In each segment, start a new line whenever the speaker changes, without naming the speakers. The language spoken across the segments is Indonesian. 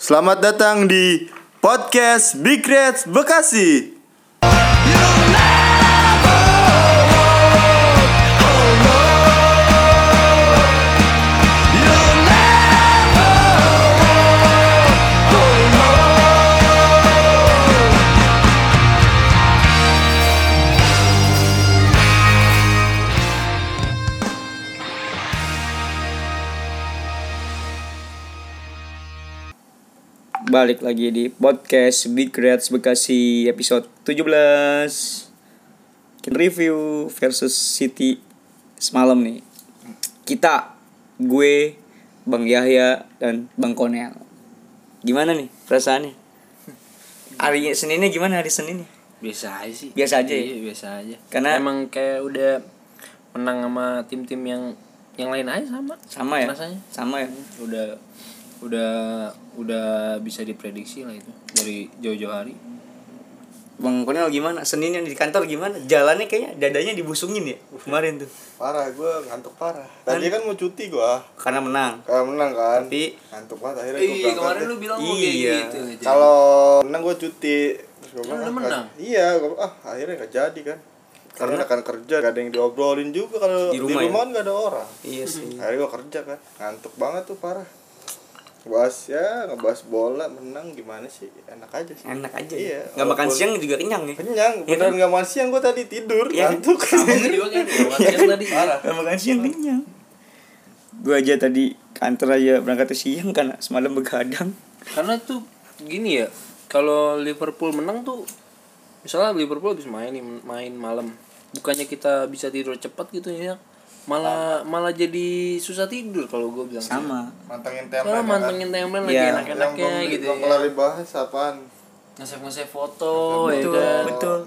Selamat datang di podcast Big Reds Bekasi.
Balik lagi di podcast Big Reds Bekasi episode 17 Kita review versus City semalam nih Kita, gue, Bang Yahya, dan Bang Konel Gimana nih perasaannya? Hari Seninnya gimana hari Seninnya?
biasa aja sih
Biasa aja ya?
Iya, biasa aja
Karena-
emang kayak udah menang sama tim-tim yang yang lain aja sama
Sama ya?
rasanya
Sama ya?
udah udah udah bisa diprediksi lah itu dari jauh-jauh hari
Bang Konel gimana? Seninnya di kantor gimana? Jalannya kayaknya dadanya dibusungin ya kemarin tuh
Parah, gue ngantuk parah. Tadi kan mau cuti gue,
Karena menang
kalau menang kan.
Tapi-
ngantuk banget akhirnya gue berangkat. deh.
bilang
mau kayak Iya. gitu,
Kalau menang gue cuti. Terus gue
Kan lu menang.
Iya, gue ah akhirnya gak jadi kan. Karena akan kerja, gak ada yang diobrolin juga kalau di
Di rumah
rumah,
ya?
kan gak ada orang.
Iya sih
Akhirnya gue kerja kan, ngantuk banget tuh parah. Ngebahas ya, ngebahas bola, menang gimana sih? Enak aja sih.
Enak aja
Iya,
ya? Gak makan
walaupun-
siang juga kenyang ya?
Kenyang,
Iya
beneran
kan?
gak makan siang gue tadi tidur,
Iya kan?
ngantuk.
gitu, tadi
Gak makan siang kenyang Gue aja tadi kantor aja berangkat siang karena semalam begadang
karena tuh gini ya kalau Liverpool menang tuh misalnya Liverpool habis main nih main malam bukannya kita bisa tidur cepat gitu ya malah malah jadi susah tidur kalau gue bilang
Sama
Mantengin
Soalnya
timeline ya kan?
mantengin timeline lagi
Iya.
Yang
enak-enaknya
belum di-
gitu
belum
ya.
kelar dibahas apaan?
Nge-save nge-save foto ya
Betul,
kan.
betul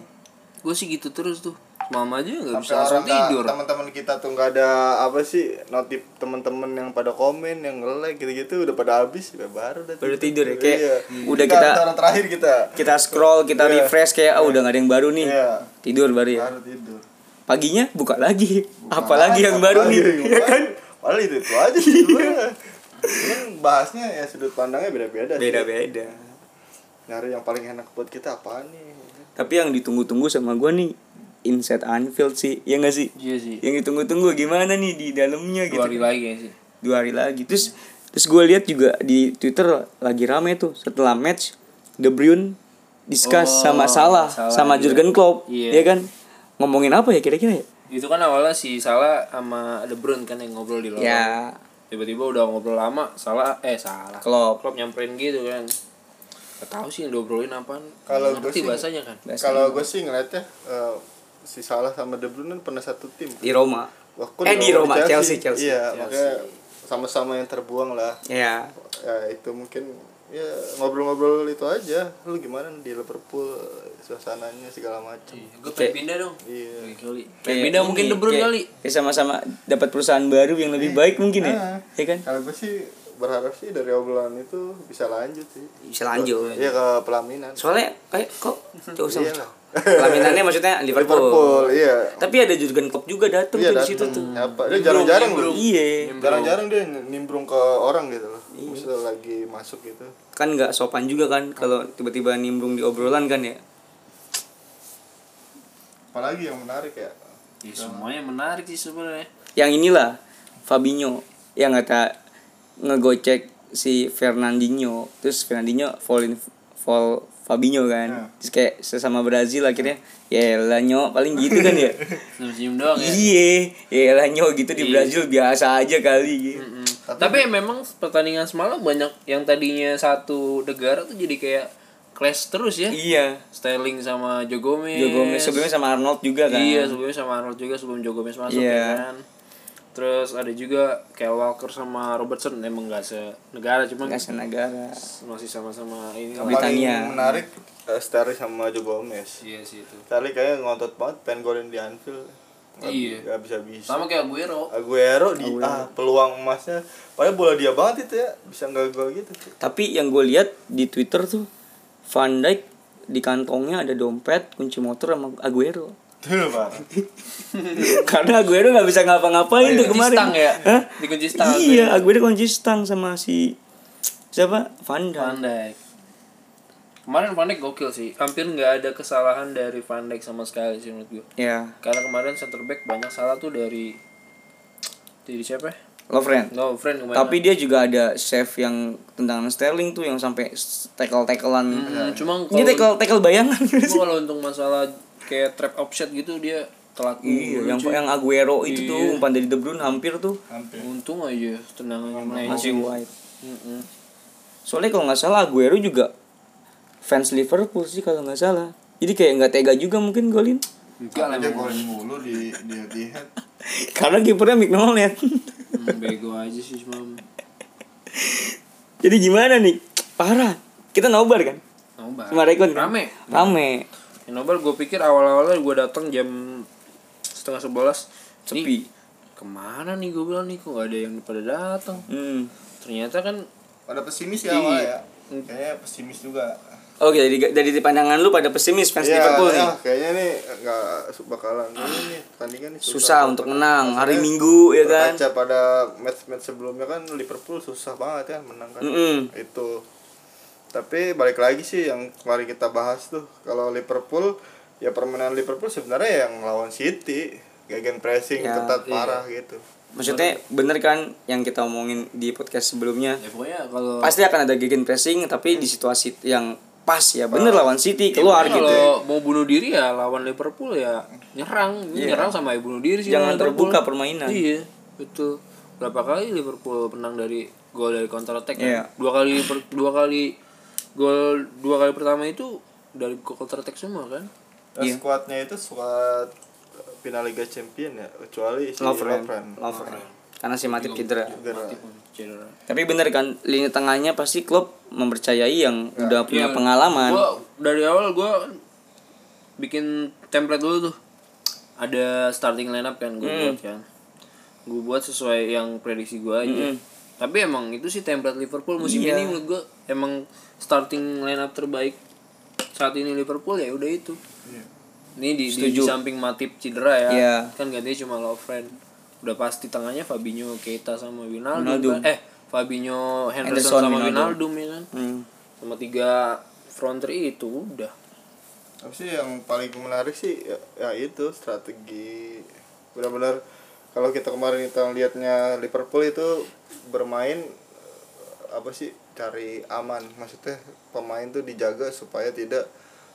Gue sih gitu terus tuh. Mama aja nggak
sampai orang
bisa langsung
nggak-
tidur.
teman-teman kita tuh nggak ada apa sih notif teman-teman yang pada komen yang nge-like gitu-gitu udah pada habis ya baru udah Iya.
Baru tidur ya, kayak udah
Kita
kita-
orang terakhir kita
Kita scroll, kita
Iya.
refresh kayak oh, udah gak ada yang baru nih
Iya.
Tidur baru ya
baru tidur Nah,
Paginya buka lagi Apalagi yang baru nih ya kan? Iya.
Padahal itu itu aja sih sebenarnya. cuman bahasnya ya sudut pandangnya beda-beda sih.
Beda-beda
nyari yang paling enak buat kita apaan nih
Tapi yang ditunggu-tunggu sama gue nih Inside Anfield sih, ya gak sih?
Iya sih.
Yang ditunggu-tunggu gimana nih di dalamnya gitu
Dua hari lagi ya sih.
dua hari lagi terus terus gue lihat juga di twitter lagi rame tuh setelah match De Bruyne discuss
Oh,
sama Salah
Salah
sama
juga.
Jurgen Klopp
Iya.
ya kan ngomongin apa ya kira-kira ya
Itu kan awalnya si Salah sama De Bruyne kan yang ngobrol di lorong.
ya
Tiba-tiba udah ngobrol lama, Salah eh Salah.
Klopp
Klub nyamperin gitu kan. Gak tahu sih yang diobrolin apaan.
Kalau
Ngerti
gua sih-
bahasanya kan.
Biasanya.
kalau gue sih ngeliatnya eh, si Salah sama De Bruyne kan pernah satu tim
di Roma
Waktu
Eh, di Roma, Chelsea, Chelsea.
Iya, makanya sama-sama yang terbuang lah.
ya
Ya itu mungkin ya ngobrol-ngobrol itu aja. Lu gimana di Liverpool suasananya segala macam.
Gue
pengen Kayak-
pindah dong.
Iya.
Pengen
Kayak
pindah mungkin
ini,
De Bruyne
kayak-
kali.
kayak sama-sama dapat perusahaan baru yang lebih baik mungkin
Ah.
ya ya kan
Kalau gue sih berharap sih dari obrolan itu bisa lanjut sih.
bisa lanjut
Iya ke pelaminan.
soalnya kayak kok jauh sama
Iya.
pelaminannya maksudnya Liverpool,
Liverpool, iya.
tapi ada Jurgen Klopp juga datang
Iya,
tuh di
datang.
situ tuh
Apa? Dia jarang-jarang loh.
iya
Jarang-jarang dia nimbrung ke orang gitu loh. Maksudnya lagi masuk gitu.
kan nggak sopan juga kan kalau tiba-tiba nimbrung di obrolan kan ya
Apalagi yang menarik ya.
Ya, semuanya menarik sih sebenarnya.
yang inilah Fabinho yang kata ngegocek si Fernandinho terus Fernandinho fall fall Fabinho kan terus kayak sesama Brazil akhirnya ya lanyo paling gitu kan ya
Senyum doang ya.
iye ya lanyo gitu di Brazil biasa aja kali gitu.
Mm. Tapi memang pertandingan semalam banyak yang tadinya satu negara tuh jadi kayak clash terus ya.
iya
Sterling sama Joe Gomez.
Joe Gomez sebelumnya sama Arnold juga kan
Iya, sebelumnya sama Arnold juga sebelum Joe Gomez masuk
Iya.
ya kan. Terus ada juga Kyle Walker sama Robertson emang gak senegara cuman
Nggak senegara
masih sama-sama ini.
Yang
lah.
paling
Britania.
menarik eh, Sterling sama Joe Gomez.
Iya sih itu.
Tali kayaknya ngotot banget pengen golin di Anfield. Nggak-
Iya.
nggak bisa bisa.
Sama kayak Aguero.
Aguero di ah, peluang emasnya padahal bola dia banget itu ya bisa nggak gol gitu.
Tapi yang gue lihat di Twitter tuh Van Dijk di kantongnya ada dompet, kunci motor sama Aguero.
Tuh parah.
Karena Aguero nggak bisa ngapa-ngapain tuh
Oh, iya, Dikunci
kemarin. Iya,
stang ya?
Hah?
Dikunci stang.
Iya, Aguero kunci stang sama si siapa Van Dijk.
Van Dijk. Kemarin Van Dijk gokil sih. Hampir nggak ada kesalahan dari Van Dijk sama sekali sih menurut gue.
ya
Karena kemarin center back banyak salah tuh dari dari siapa? ya?
Lovren
No, friend kemarin.
tapi dia juga ada save yang tendangan Sterling tuh yang sampai tackle tacklean
Hmm, cuma
ini
kalau
tackle tackle bayangan
cuma kalau untuk masalah kayak trap offset gitu dia telat
iya
mulu,
yang
cuy.
yang Aguero itu tuh
Iya.
umpan dari De Bruyne hampir tuh
hampir
untung aja tendangannya
masih
melenceng.
wide
Iya. Mm-mm.
soalnya kalau nggak salah Aguero juga fans Liverpool sih kalau nggak salah jadi kayak nggak tega juga mungkin golin
Enggak lah
Tapi dia
memang.
golin mulu di di di head
karena kipernya McNollet
Hmm, bego aja sih semalam.
jadi gimana nih parah kita nobar kan
Nobar.
sama Rekon kan?
Rame.
rame
Yang nobar gue pikir awal-awalnya gue datang jam setengah sebelas. Nih,
sepi
Kemana nih gue bilang nih kok gak ada yang pada datang.
hmm.
Ternyata kan
pada pesimis
Iya.
ya awal ya kayaknya pesimis juga
Oke, dari, dari pandangan lu pada pesimis fans
Iya,
Liverpool
iya,
nih.
kayaknya nih nggak su- bakalan ini nih pertandingan nih
Susah untuk menang hari
Maksudnya,
Minggu ya kan.
berkaca pada match-match sebelumnya kan Liverpool susah banget kan menang kan
Mm-mm.
itu tapi balik lagi sih yang kemarin kita bahas tuh kalau Liverpool ya permainan Liverpool sebenarnya yang lawan City gegen pressing
Ya,
ketat
iya.
parah gitu
Maksudnya bener kan yang kita omongin di podcast sebelumnya.
ya pokoknya kalau
Pasti akan ada gegen pressing tapi di situasi yang pas
Oh.
ya. Bener lawan
Iya,
City keluar
pokoknya
gitu.
kalau mau bunuh diri ya lawan Liverpool ya nyerang, Ini nyerang sama bunuh diri sih.
Iya. Jangan
lawan Liverpool.
terbuka permainan.
Iya, betul. Berapa kali Liverpool menang dari gol dari counter attack kan?
Iya.
Dua kali per- dua kali gol dua kali pertama itu dari counter attack semua kan?
Terus
Iya.
squadnya itu squad final Liga Champion ya kecuali si
Lovren.
Lovren.
Lovren. Karena si Matip cedera.
Cedera.
Iya, Cedera.
Tapi bener kan lini tengahnya pasti klub mempercayai yang
Iya.
udah punya pengalaman.
Gua dari awal gua bikin template dulu tuh. Ada starting lineup
Hmm.
kan gue buat kan. Gue buat sesuai yang prediksi gua aja. Tapi emang itu sih template Liverpool musim
Hmm. Iya.
ini menurut gua emang starting lineup terbaik saat ini Liverpool ya udah itu. Ini di, di, di
Setuju.
samping Matip cedera ya.
Iya.
Kan gantinya cuma Lovren. Udah pasti tengahnya Fabinho, Keita sama Wijnaldum.
Wijnaldum.
kan? Eh, Fabinho,
Henderson,
Henderson, sama
Wijnaldum.
Wijnaldum ya kan
Hmm.
sama tiga front three itu udah
Apa sih yang paling menarik sih ya, ya itu strategi benar-benar kalau kita kemarin kita lihatnya Liverpool itu bermain eh, apa sih cari aman maksudnya pemain tuh dijaga supaya tidak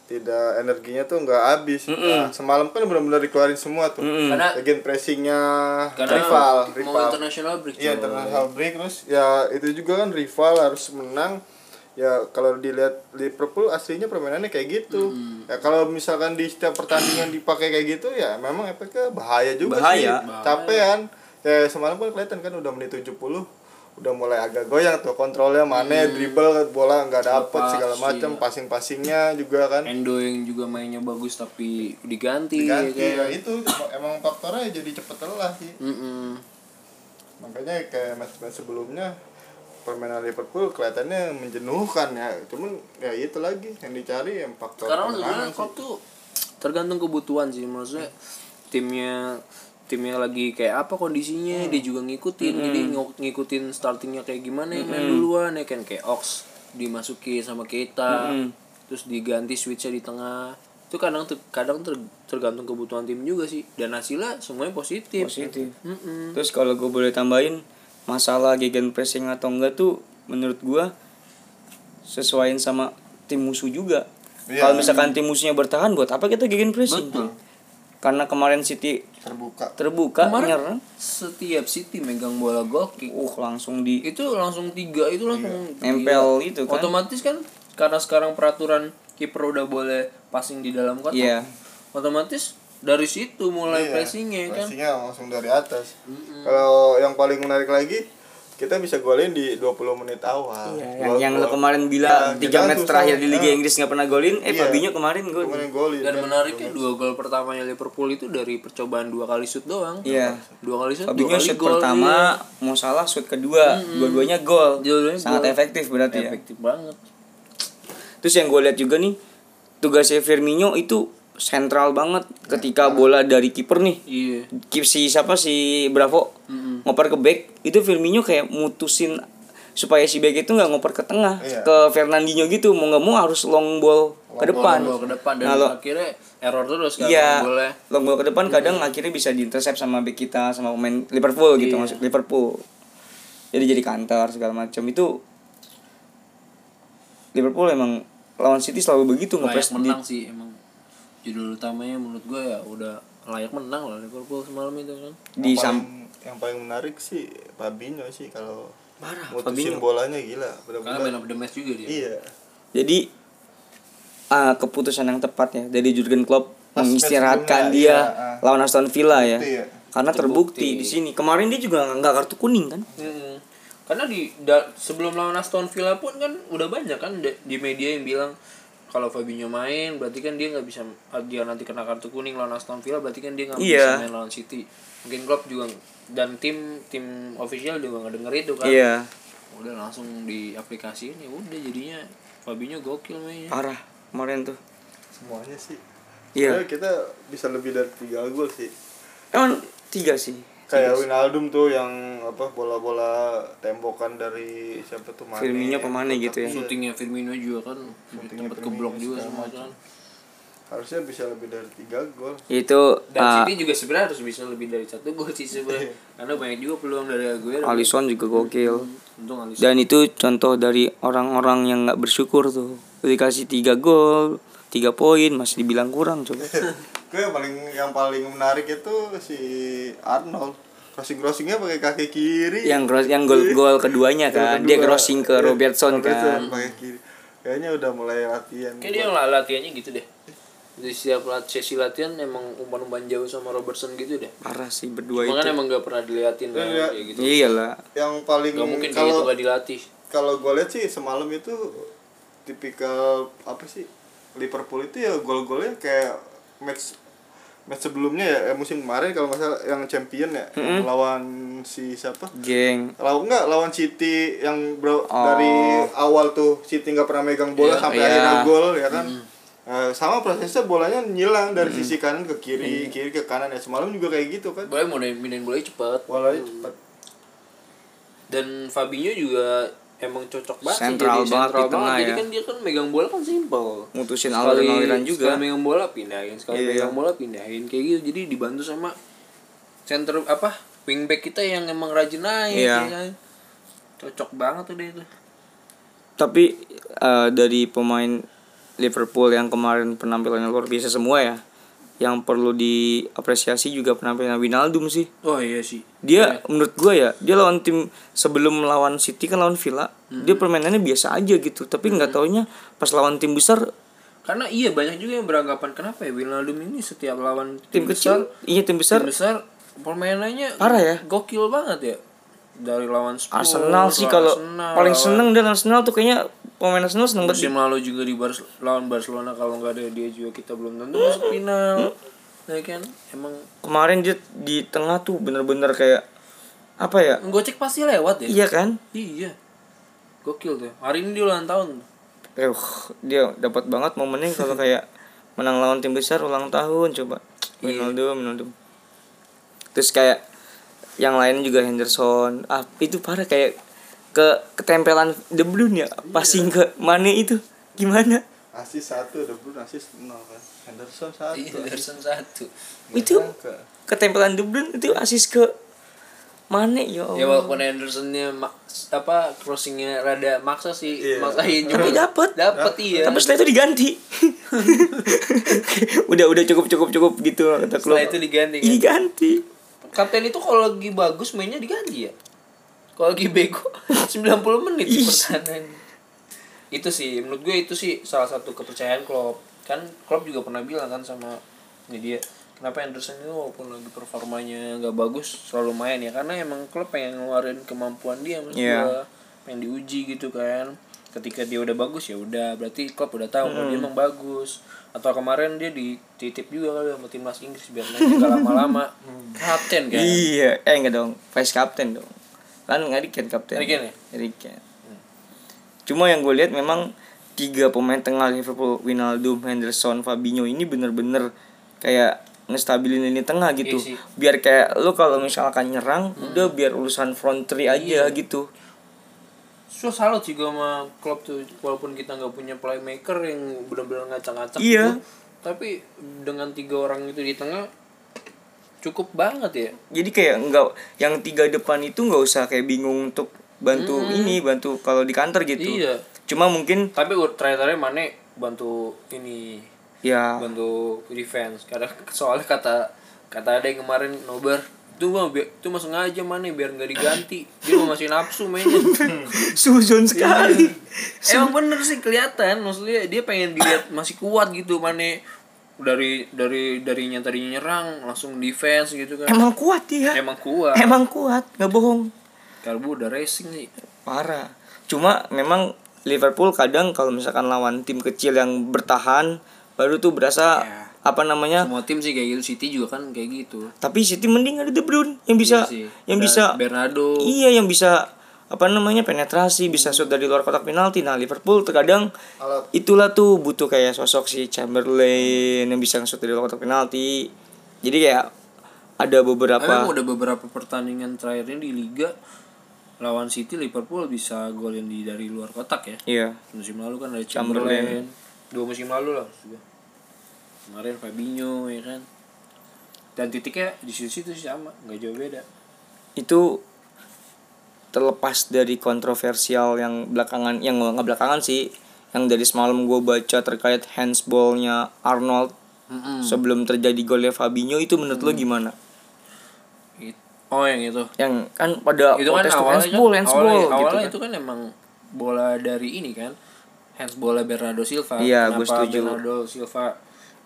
tidak energinya tuh nggak habis nah, semalam kan benar-benar dikeluarin semua tuh
karena
bagian pressingnya
karena
rival
mau
rival
international break
Iya
coy.
international break terus ya itu juga kan rival harus menang ya kalau dilihat Liverpool aslinya permainannya kayak gitu ya kalau misalkan di setiap pertandingan dipakai kayak gitu ya memang efeknya bahaya juga
Bahaya.
sih capean ya semalam kan kelihatan kan udah menit 70 udah mulai agak goyang tuh kontrolnya mana dribble bola nggak dapet
Lepas,
segala macam
iya.
passing passingnya juga kan
Endo yang juga mainnya bagus tapi diganti,
diganti ya
ya kan?
itu emang faktornya jadi cepet lelah sih
Mm-mm.
makanya kayak match-match sebelumnya permainan Liverpool kelihatannya menjenuhkan ya cuman ya itu lagi yang dicari yang faktor
sekarang
kemenangan
sebenarnya
sih.
klub tuh tergantung kebutuhan sih maksudnya timnya timnya lagi kayak apa kondisinya
Hmm.
dia juga ngikutin jadi ngok- ngikutin startingnya kayak gimana yang
Hmm.
main duluan ya kan kayak Ox dimasuki sama Keita
Hmm.
terus diganti switchnya di tengah itu kadang ter- kadang ter- tergantung kebutuhan tim juga sih dan hasilnya semuanya positif
Positif.
Mm-mm.
Terus kalau gue boleh tambahin masalah gegen pressing atau enggak tuh menurut gue sesuaiin sama tim musuh juga.
Iya.
Kalau misalkan tim musuhnya bertahan buat apa kita gegen pressing? Karena kemarin City
terbuka
terbuka
Kemarin-
nyerang,
setiap City megang bola gol kick
uh langsung di
itu langsung tiga itu langsung
Nempel
gila.
itu kan.
otomatis kan karena sekarang peraturan kiper udah boleh passing di dalam kotak
Iya.
otomatis dari situ mulai
Iya,
pressingnya ya kan
pressingnya langsung dari atas kalau yang paling menarik lagi kita bisa golin di 20 menit awal
Iya, yang,
Gol-
yang lo
gol.
kemarin bilang
Iya,
tiga
kita
match
susah.
terakhir di Liga
Iya.
Inggris nggak pernah golin, eh
Iya.
Fabinho kemarin gol.
kemarin golin kan.
dan ya.
iya.
menariknya dua gol pertamanya Liverpool itu dari percobaan dua kali shoot doang
Iya.
dua kali shoot
Fabinho
dua kali
shoot
gol iya.
pertama, Mo Salah shoot kedua, dua-duanya gol.
Dua-duanya
Sangat
gol.
efektif berarti
iya.
ya.
efektif banget
Terus yang gue lihat juga nih tugasnya Firmino itu sentral banget ketika bola dari kiper nih.
iya
Kip si siapa si Bravo ngoper ke back itu Firmino kayak mutusin supaya si Bek itu nggak ngoper ke tengah
Iya.
ke Fernandinho gitu mau nggak mau harus long ball ke depan
Gol ke depan dan
Nah, lo-
akhirnya error terus kan
Iya,
boleh
long ball Iya. ke depan kadang akhirnya bisa diintercept sama bek kita sama pemain Liverpool gitu
Iya.
maksud Liverpool. Jadi jadi kantor segala macam itu Liverpool emang lawan City selalu begitu
layak
ngepres di
menang sih emang judul utamanya menurut gue ya udah layak menang lah Liverpool semalam itu kan
di
yang,
sam
paling- yang paling menarik sih Fabinho sih kalau
Parah,
mutusin
Fabinho.
bolanya gila
karena
benar-benar
man of the match juga dia
iya
jadi ah, keputusan yang tepat ya dari Jurgen Klopp
Pas match
mengistirahatkan
sebelumnya,
dia
iya, ah.
lawan Aston Villa ya.
Terbukti ya.
Karena terbukti, di sini. Kemarin dia juga nggak kartu kuning kan?
Mm-mm. karena di da- sebelum lawan Aston Villa pun kan udah banyak kan de- di media yang bilang kalau Fabinho main berarti kan dia nggak bisa dia nanti kena kartu kuning lawan Aston Villa berarti kan dia nggak
Iya.
bisa main lawan City mungkin Klopp juga dan tim tim official juga nggak denger itu kan
Iya,
udah langsung diaplikasiin ya udah jadinya Fabinho gokil mainnya
parah kemarin tuh.
semuanya sih
Iya.
Sebenarnya kita bisa lebih dari tiga gol sih
Emang tiga sih.
kayak Winaldum tuh yang apa bola-bola tembokan dari siapa tuh Mane
Firmino pemane gitu ya.
Shootingnya Firmino juga kan
Shootingnya
tempat
Firmino
keblok juga
segala
semua
macam.
kan.
harusnya bisa lebih dari tiga gol
Itu
Dan
ah,
City juga sebenarnya harus bisa lebih dari satu gol sih
Iya.
sebenarnya. Karena banyak juga peluang dari Aguero.
Alisson juga gokil.
Untung Alisson.
Dan itu contoh dari orang-orang yang nggak bersyukur tuh. Dikasih tiga gol, tiga poin masih dibilang kurang coba.
gue yang paling yang paling menarik itu si Arnold crossing crossingnya pakai kaki kiri Iya.
yang cross- yang gol gol keduanya kan. Dia crossing ke Robertson kan.
pakai kiri kayaknya udah mulai latihan
Kayak dia lah latihannya gitu deh. Di setiap lat- sesi latihan emang umpan-umpan jauh sama Robertson gitu deh.
Parah sih berdua itu.
Makanya emang gak pernah diliatin lah
Iya.
kayak gitu.
Iyalah.
yang paling
Gak mungkin kayak gitu
kalau
gak dilatih.
kalau gue lihat sih semalam itu tipikal apa sih Liverpool itu ya gol-golnya kayak match match sebelumnya ya eh, musim kemarin kalau nggak salah yang champion ya yang lawan si siapa
Geng.
lawan nggak lawan City yang bro dari awal tuh City nggak pernah megang bola sampai
Oh. Iya.
akhirnya gol ya kan Eh, sama prosesnya bolanya nyilang dari sisi kanan ke kiri kiri ke kanan ya semalam juga kayak gitu kan
Boleh mau pindahin bolanya cepet.
bolanya cepat
Dan Fabinho juga emang cocok banget sih
Sentral
jadi
banget
sentral
di tengah
Jadi
ya.
kan dia kan megang bola kan simple.
Mutusin
Sekali-
aliran-aliran juga.
sekali megang bola pindahin sekali
Iya.
megang bola pindahin kayak gitu jadi dibantu sama center apa wingback kita yang emang rajin naik
Iya.
ya kan? cocok banget tuh dia itu
Tapi eh, dari pemain Liverpool yang kemarin penampilannya luar biasa semua ya. Yang perlu diapresiasi juga penampilan Wijnaldum sih.
oh iya sih
dia menurut gue ya dia lawan tim sebelum lawan City kan lawan Villa
Hmm.
dia permainannya biasa aja gitu tapi nggak taunya pas lawan tim besar
karena iya banyak juga yang beranggapan kenapa ya Wijnaldum ini setiap lawan
tim, kecil iya tim besar
tim besar permainannya
Parah ya?
gokil banget ya dari lawan Spurs,
Arsenal sih
lawan
kalau
Oh, Arsenal,
paling
lawan-
seneng dan Arsenal tuh kayaknya pemain Arsenal seneng banget
musim lalu juga di Bars lawan Barcelona kalau nggak ada dia juga kita belum tentu
Hmm?
masuk final ya kan emang
kemarin dia di tengah tuh bener-bener kayak apa ya
gocek pasti lewat ya
iya kan
iya gokil tuh hari ini dia ulang tahun
eh uh, dia dapat banget momennya kalau kayak menang lawan tim besar ulang tahun coba
Iya.
Ronaldo Ronaldo terus kayak yang lain juga Henderson ah itu parah kayak ke ketempelan De Bruyne ya
Iya.
passing ke Mane itu gimana
asis satu De Bruyne asis nol kan Henderson satu
Iya,
asis kan
satu
Iya, itu
ke
ketempelan De Bruyne itu asis ke Mane ya
ya
Allah
walaupun Andersonnya maks- apa crossingnya rada maksa sih
Iya.
maksain
tapi
cuma
dapet
dapet iya
tapi setelah itu diganti udah udah cukup cukup cukup gitu kata
setelah
Klopp.
itu diganti kan?
Iya, diganti
kapten itu kalau lagi bagus mainnya diganti ya kalau lagi bego 90 menit
Iya.
di pertahanan itu sih menurut gue itu sih salah satu kepercayaan Klopp kan Klopp juga pernah bilang kan sama ini dia kenapa Anderson itu walaupun lagi performanya nggak bagus selalu main ya karena emang Klopp pengen ngeluarin kemampuan dia menurut
Iya.
gue pengen diuji gitu kan ketika dia udah bagus ya udah berarti Klopp udah tahu
Hmm.
kalau dia emang bagus atau kemarin dia dititip juga kali sama timnas Inggris biar nanti nggak lama-lama kapten kan
Hmm. Iya, eh enggak dong, vice captain dong. Kan nggak dikit kapten.
Harry Kane ya?
Harry Kane. Cuma yang gue lihat memang tiga pemain tengah Liverpool, Wijnaldum, Henderson, Fabinho ini bener-bener kayak ngestabilin lini tengah gitu.
Iya sih. Hmm.
Biar
Iya.
kayak lu kalau misalkan nyerang, udah biar urusan front three aja gitu.
Susah salut sih gue sama Klopp tuh walaupun kita nggak punya playmaker yang benar-benar ngacak-ngacak
Iya.
gitu. Tapi dengan tiga orang itu di tengah cukup banget ya.
jadi kayak nggak yang tiga depan itu nggak usah kayak bingung untuk bantu ini bantu kalau di kantor gitu
Iya.
cuma mungkin
Tapi terakhir-terakhir Mane bantu ini
ya
bantu defense karena soalnya kata kata ada yang kemarin nobar itu mah bi- itu mah sengaja Mane biar nggak diganti dia mau masih nafsu mainnya
suzon
Iya.
sekali
emang bener sih kelihatan maksudnya dia pengen dilihat masih kuat gitu Mane dari dari darinya tadinya nyerang langsung defense gitu kan
emang kuat dia
emang kuat
emang kuat nggak bohong
Karbu udah racing sih
Ya. parah cuma memang Liverpool kadang kalau misalkan lawan tim kecil yang bertahan baru tuh berasa
Ya.
apa namanya
semua tim sih kayak gitu City juga kan kayak gitu
tapi City mending ada De Bruyne yang bisa
Iya sih.
yang
Dan
bisa
Bernardo
iya yang bisa apa namanya penetrasi bisa shoot dari luar kotak penalti nah Liverpool terkadang
Alat.
itulah tuh butuh kayak sosok si Chamberlain yang bisa shoot dari luar kotak penalti jadi kayak ada
Emang
beberapa
udah beberapa pertandingan terakhirnya di Liga lawan City Liverpool bisa golin di dari luar kotak ya.
iya
Musim lalu kan ada
Chamberlain.
Chamberlain. Dua musim lalu lah. maksud gua. Kemarin Fabinho ya kan. Dan titiknya di situ-situ sih sama, nggak jauh beda.
itu terlepas dari kontroversial yang belakangan yang nggak belakangan sih yang dari semalam gue baca terkait handsballnya Arnold sebelum terjadi golnya Fabinho itu menurut lo gimana
It- Oh yang itu.
yang kan pada
itu kan
protes tuh,
awalnya
handsball
kan,
handsball
awalnya,
gitu
awalnya
kan.
itu kan emang bola dari ini kan handsball Bernardo Silva
Iya,
Kenapa
gua setuju.
Bernardo Silva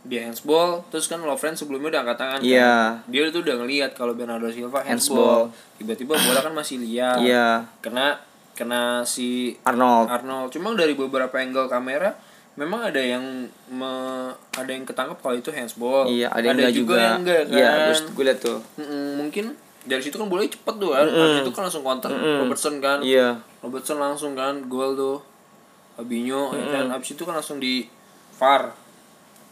dia handsball terus kan Lovren sebelumnya udah angkat tangan kan.
Iya.
dia itu udah ngelihat kalau Bernardo Silva
Handsball.
handsball, tiba-tiba bola kan masih liar
Iya.
kena kena si
Arnold
Arnold cuma dari beberapa angle kamera memang ada yang me- ada yang ketangkap kalau itu handsball
iya ada, yang enggak juga,
yang enggak kan
iya terus gue liat tuh
Mm-mm, mungkin dari situ kan boleh cepet tuh kan Habis itu kan langsung counter Robertson kan
iya
Robertson langsung kan gol tuh Fabinho ya kan abis itu kan langsung di VAR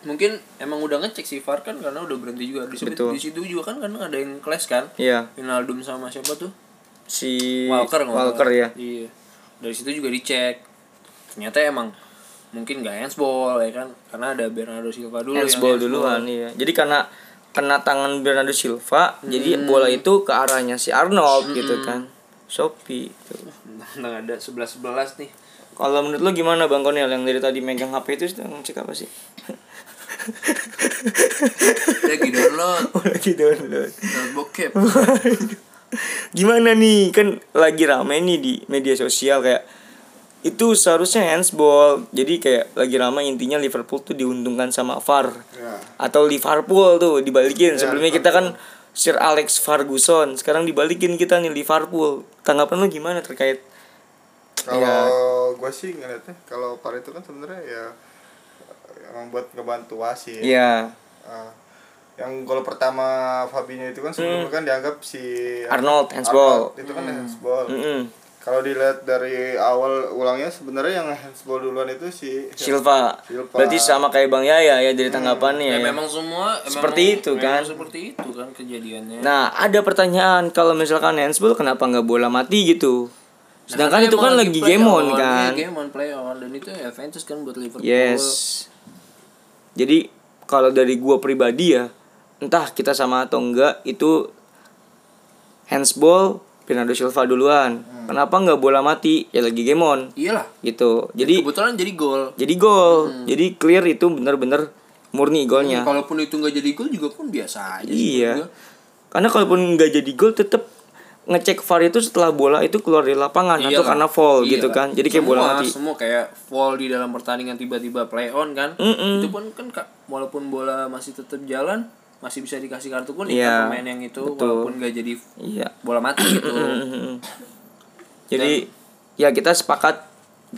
mungkin emang udah ngecek si VAR kan karena udah berhenti juga di situ
Betul.
di situ juga kan karena ada yang clash kan
iya
Wijnaldum sama siapa tuh
si
Walker nggak
Walker
salah.
ya
iya dari situ juga dicek ternyata emang mungkin gak handsball ya kan karena ada Bernardo Silva dulu yang
handsball duluan iya jadi karena kena tangan Bernardo Silva jadi
Hmm.
bola itu ke arahnya si Arnold gitu kan Shopee gitu.
nah ada 11-11 nih
kalau menurut lo gimana Bang Konil yang dari tadi megang HP itu sedang ngecek apa sih
lagi download
oh lagi download
download Nah, bokep
gimana nih kan lagi rame nih di media sosial kayak itu seharusnya handsball jadi kayak lagi rame intinya Liverpool tuh diuntungkan sama VAR
Ya.
atau Liverpool tuh dibalikin sebelumnya kita kan Sir Alex Ferguson sekarang dibalikin kita nih Liverpool tanggapan lu gimana terkait
Kalau gua sih ngeliatnya kalau VAR itu kan sebenarnya ya emang buat ngebantu wasit.
ya
Ah, yang gol pertama Fabinho itu kan sebelumnya kan dianggap si
Hmm. Ya, Arnold, handsball. Hmm.
Arnold itu kan handsball.
Mm-mm.
Kalau dilihat dari awal ulangnya sebenarnya yang handsball duluan itu si
Silva.
Silva.
berarti sama kayak Bang Yaya ya dari tanggapannya
ya,
ya.
memang semua emang
Seperti itu,
memang
kan?
seperti itu kan kejadiannya
Nah, ada pertanyaan kalau misalkan handsball kenapa nggak bola mati gitu?
Nah,
Sedangkan itu kan lagi game on kan.
Iya, game on play on dan itu advantage kan buat Liverpool
Yes. Jadi kalau dari gua pribadi ya, entah kita sama atau enggak itu handsball Bernardo Silva duluan. Kenapa nggak bola mati? Ya lagi game on
iyalah
gitu. Jadi
kebetulan jadi gol
jadi gol. Jadi clear itu bener-bener murni golnya.
kalaupun itu nggak jadi gol juga pun biasa aja sih
Iya.
menurut gua.
Karena kalaupun nggak jadi gol tetap ngecek VAR itu setelah bola itu keluar dari lapangan atau
Iyalah.
karena foul gitu
Iyalah.
kan. Jadi kayak bola
Semua-
mati.
Semua kayak foul di dalam pertandingan tiba-tiba play on kan. Itu pun kan Kak, walaupun bola masih tetap jalan, masih bisa dikasih kartu kuning
Iya,
kan pemain yang itu walaupun gak jadi
Iya. Mm-hmm.
bola mati gitu.
Jadi ya kita sepakat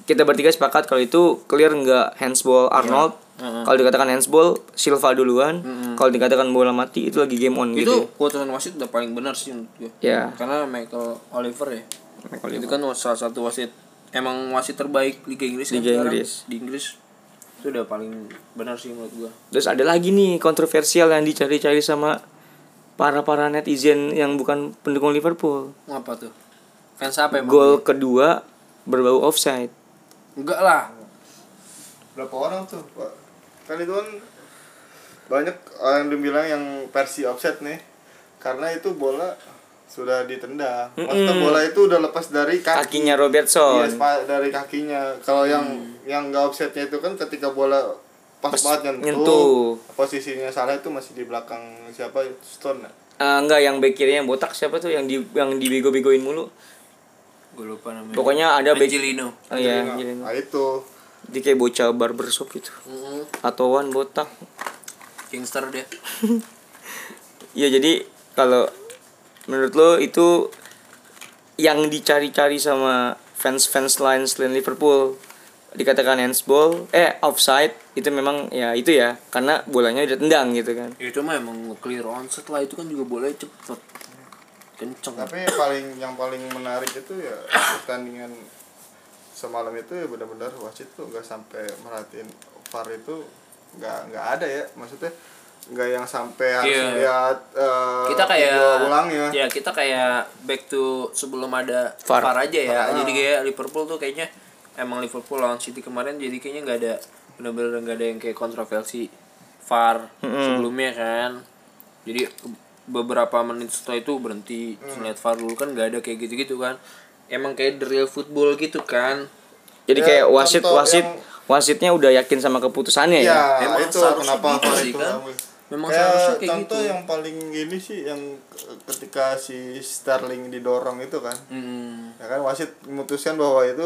kita bertiga sepakat kalau itu clear nggak handsball
Iya.
Arnold.
Mm-hmm.
Kalau dikatakan handsball Silva duluan. Kalau dikatakan bola mati itu lagi game on
itu
gitu.
keputusan wasit udah paling benar sih menurut gue.
Ya.
Karena Michael Oliver ya.
Michael
Itu kan salah satu wasit emang wasit terbaik Liga Inggris kan
Liga
sekarang.
Inggris.
Di Inggris itu udah paling benar sih menurut gua.
Terus ada lagi nih kontroversial yang dicari-cari sama para-para netizen yang bukan pendukung Liverpool.
Apa tuh? Fans apa emang?
Gol kedua berbau offside.
Enggak lah.
berapa orang tuh pak kan itu kan banyak orang yang bilang yang versi offset nih karena itu bola sudah ditendang maksudnya bola itu udah lepas dari kaki
Kakinya
Iya,
Robertson.
spa- dari kakinya kalau
Hmm.
yang yang nggak offsetnya itu kan ketika bola pas,
Pas
banget nyentuh,
nyentuh.
posisinya salah itu masih di belakang siapa stone ya?
Ah, enggak yang back kirinya yang botak siapa tuh yang di yang dibego-begoin mulu.
Gue lupa namanya.
Pokoknya ada back
Angelino.
Oh iya,
Nah,
Angelino.
nah, itu
Dia kayak bocah barbershop gitu. Atowan botak.
Gangster dia.
Iya, jadi kalau menurut lo itu yang dicari-cari sama fans-fans lain selain Liverpool dikatakan handsball eh offside itu memang ya itu ya karena bolanya udah tendang gitu kan
Ya, itu mah emang clear onset lah itu kan juga boleh cepet kenceng
tapi paling yang paling menarik itu ya pertandingan semalam itu ya benar-benar wasit tuh nggak sampai merhatiin VAR itu nggak nggak ada ya maksudnya nggak yang sampai harus
Iya.
lihat eh,
kita
video
kayak
ulang ya
ya kita kayak back to sebelum ada
VAR.
VAR, aja ya
Ah.
jadi kayak Liverpool tuh kayaknya emang Liverpool lawan City kemarin jadi kayaknya nggak ada bener-bener nggak ada yang kayak kontroversi VAR sebelumnya kan jadi beberapa menit setelah itu berhenti terus
Mm.
ngeliat VAR dulu kan nggak ada kayak gitu-gitu kan emang kayak the real football gitu kan
jadi
Ya,
kayak wasit
contoh
wasit
yang-
wasitnya udah yakin sama keputusannya
ya
ya
Emang
itu
seharusnya
kenapa
gitu
VAR
sih,
itu
kan?
nggak-
memang seharusnya
kayak
kayak
contoh
gitu
yang paling gini sih yang ke- ketika si Sterling didorong itu kan
Hmm.
ya kan wasit memutuskan bahwa itu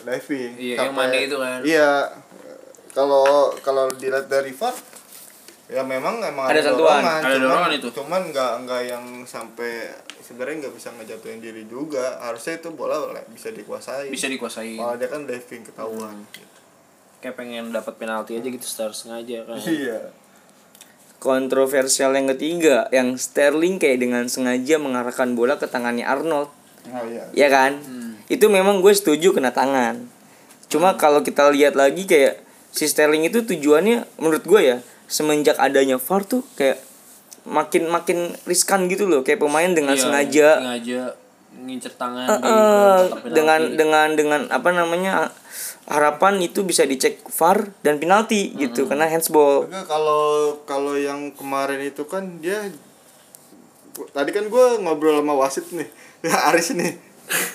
diving
Iya, yang mana itu kan.
iya kalau kalau dilihat dari VAR ya memang emang
Ada sentuhan,
ada
cuman-
dorongan itu.
cuman nggak nggak yang sampai sebenarnya nggak bisa ngejatuhin diri juga harusnya itu bola le- bisa dikuasai
bisa Hmm. dikuasain
malah dia kan diving ketahuan gitu.
kayak pengen dapat penalti aja gitu secara sengaja kan
iya
kontroversial yang ketiga yang Sterling kayak dengan sengaja mengarahkan bola ke tangannya Arnold
oh iya
ya kan itu memang gue setuju kena tangan cuma
Hmm.
kalau kita lihat lagi kayak si Sterling itu tujuannya menurut gue ya semenjak adanya VAR tuh kayak makin makin riskan gitu loh kayak pemain dengan
Iya,
sengaja
sengaja ngincer tangan
eh,
Kan di
eh,
kotak penalti.
dengan dengan dengan apa namanya harapan itu bisa dicek VAR dan
Hmm.
penalti gitu karena handsball
Enggak, kalau kalau yang kemarin itu kan dia tadi kan gue ngobrol sama wasit nih Aris nih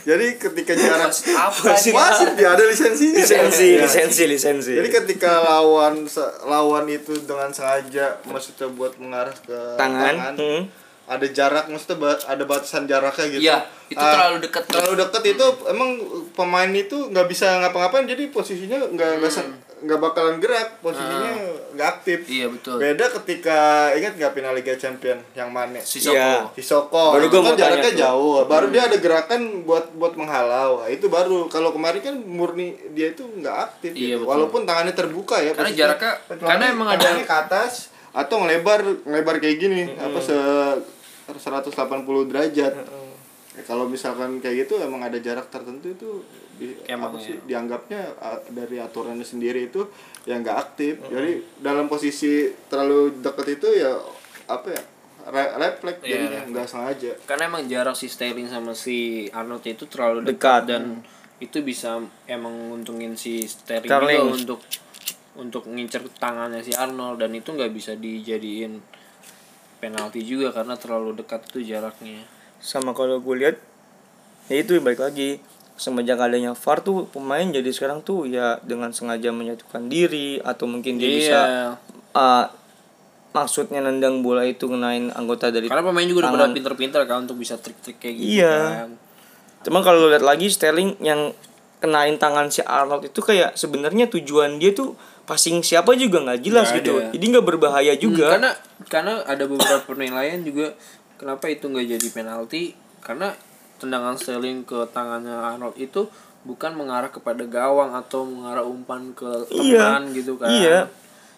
jadi ketika jarang
Wasit apa
wasit,
dia?
wasit dia ada lisensinya
lisensi
Iya.
lisensi lisensi
jadi ketika lawan se- lawan itu dengan sengaja maksudnya buat mengarah ke
tangan, hmm.
ada jarak maksudnya ba- ada batasan jaraknya gitu
Iya, itu
Ah,
terlalu dekat.
terlalu dekat itu emang pemain itu nggak bisa ngapa-ngapain jadi posisinya nggak nggak se- nggak bakalan gerak posisinya nggak aktif
Hmm. Ah. iya betul
beda ketika ingat nggak final Liga Champion yang Nah, mana
si
Iya.
Soko
Sisoko baru
Baru gua mau
kan
tanya
jaraknya
tuh.
jauh
Hmm.
baru dia ada gerakan buat buat menghalau Nah, itu baru kalau kemarin kan murni dia itu nggak aktif
Iya,
gitu.
betul.
walaupun tangannya terbuka ya
Karena
posisinya.
jaraknya-
Kecuali
karena emang ada-
tangannya ke atas atau ngelebar ngelebar kayak gini apa se 180 derajat Ya, kalau misalkan kayak gitu emang ada jarak tertentu itu di-
Emang
apa
ya.
sih, dianggapnya a- dari aturannya sendiri itu yang nggak aktif jadi dalam posisi terlalu deket itu ya apa ya re- refleks
Iya,
jadinya nggak sengaja
karena emang jarak si Sterling sama si Arnold itu terlalu
Dekat.
dekat, dan itu bisa emang nguntungin si Sterling,
Sterling.
juga untuk untuk ngincer tangannya si Arnold dan itu nggak bisa dijadiin penalti juga karena terlalu dekat tuh jaraknya
sama kalau gue lihat ya itu balik lagi semenjak adanya VAR tuh pemain jadi sekarang tuh ya dengan sengaja menyatukan diri atau mungkin
Iya.
dia bisa uh, maksudnya nendang bola itu ngenain anggota dari
karena pemain juga udah pada pinter-pinter kan untuk bisa trik-trik kayak gitu
Iya.
kan
Cuman kalau lu lihat lagi Sterling yang kenain tangan si Arnold itu kayak sebenarnya tujuan dia tuh passing siapa juga nggak jelas
Nggak
gitu.
ada.
Jadi nggak berbahaya juga.
Hmm, karena karena ada beberapa penilaian juga kenapa itu nggak jadi penalti karena tendangan Sterling ke tangannya Arnold itu bukan mengarah kepada gawang atau mengarah umpan ke
Iya.
teman gitu kan
Iya.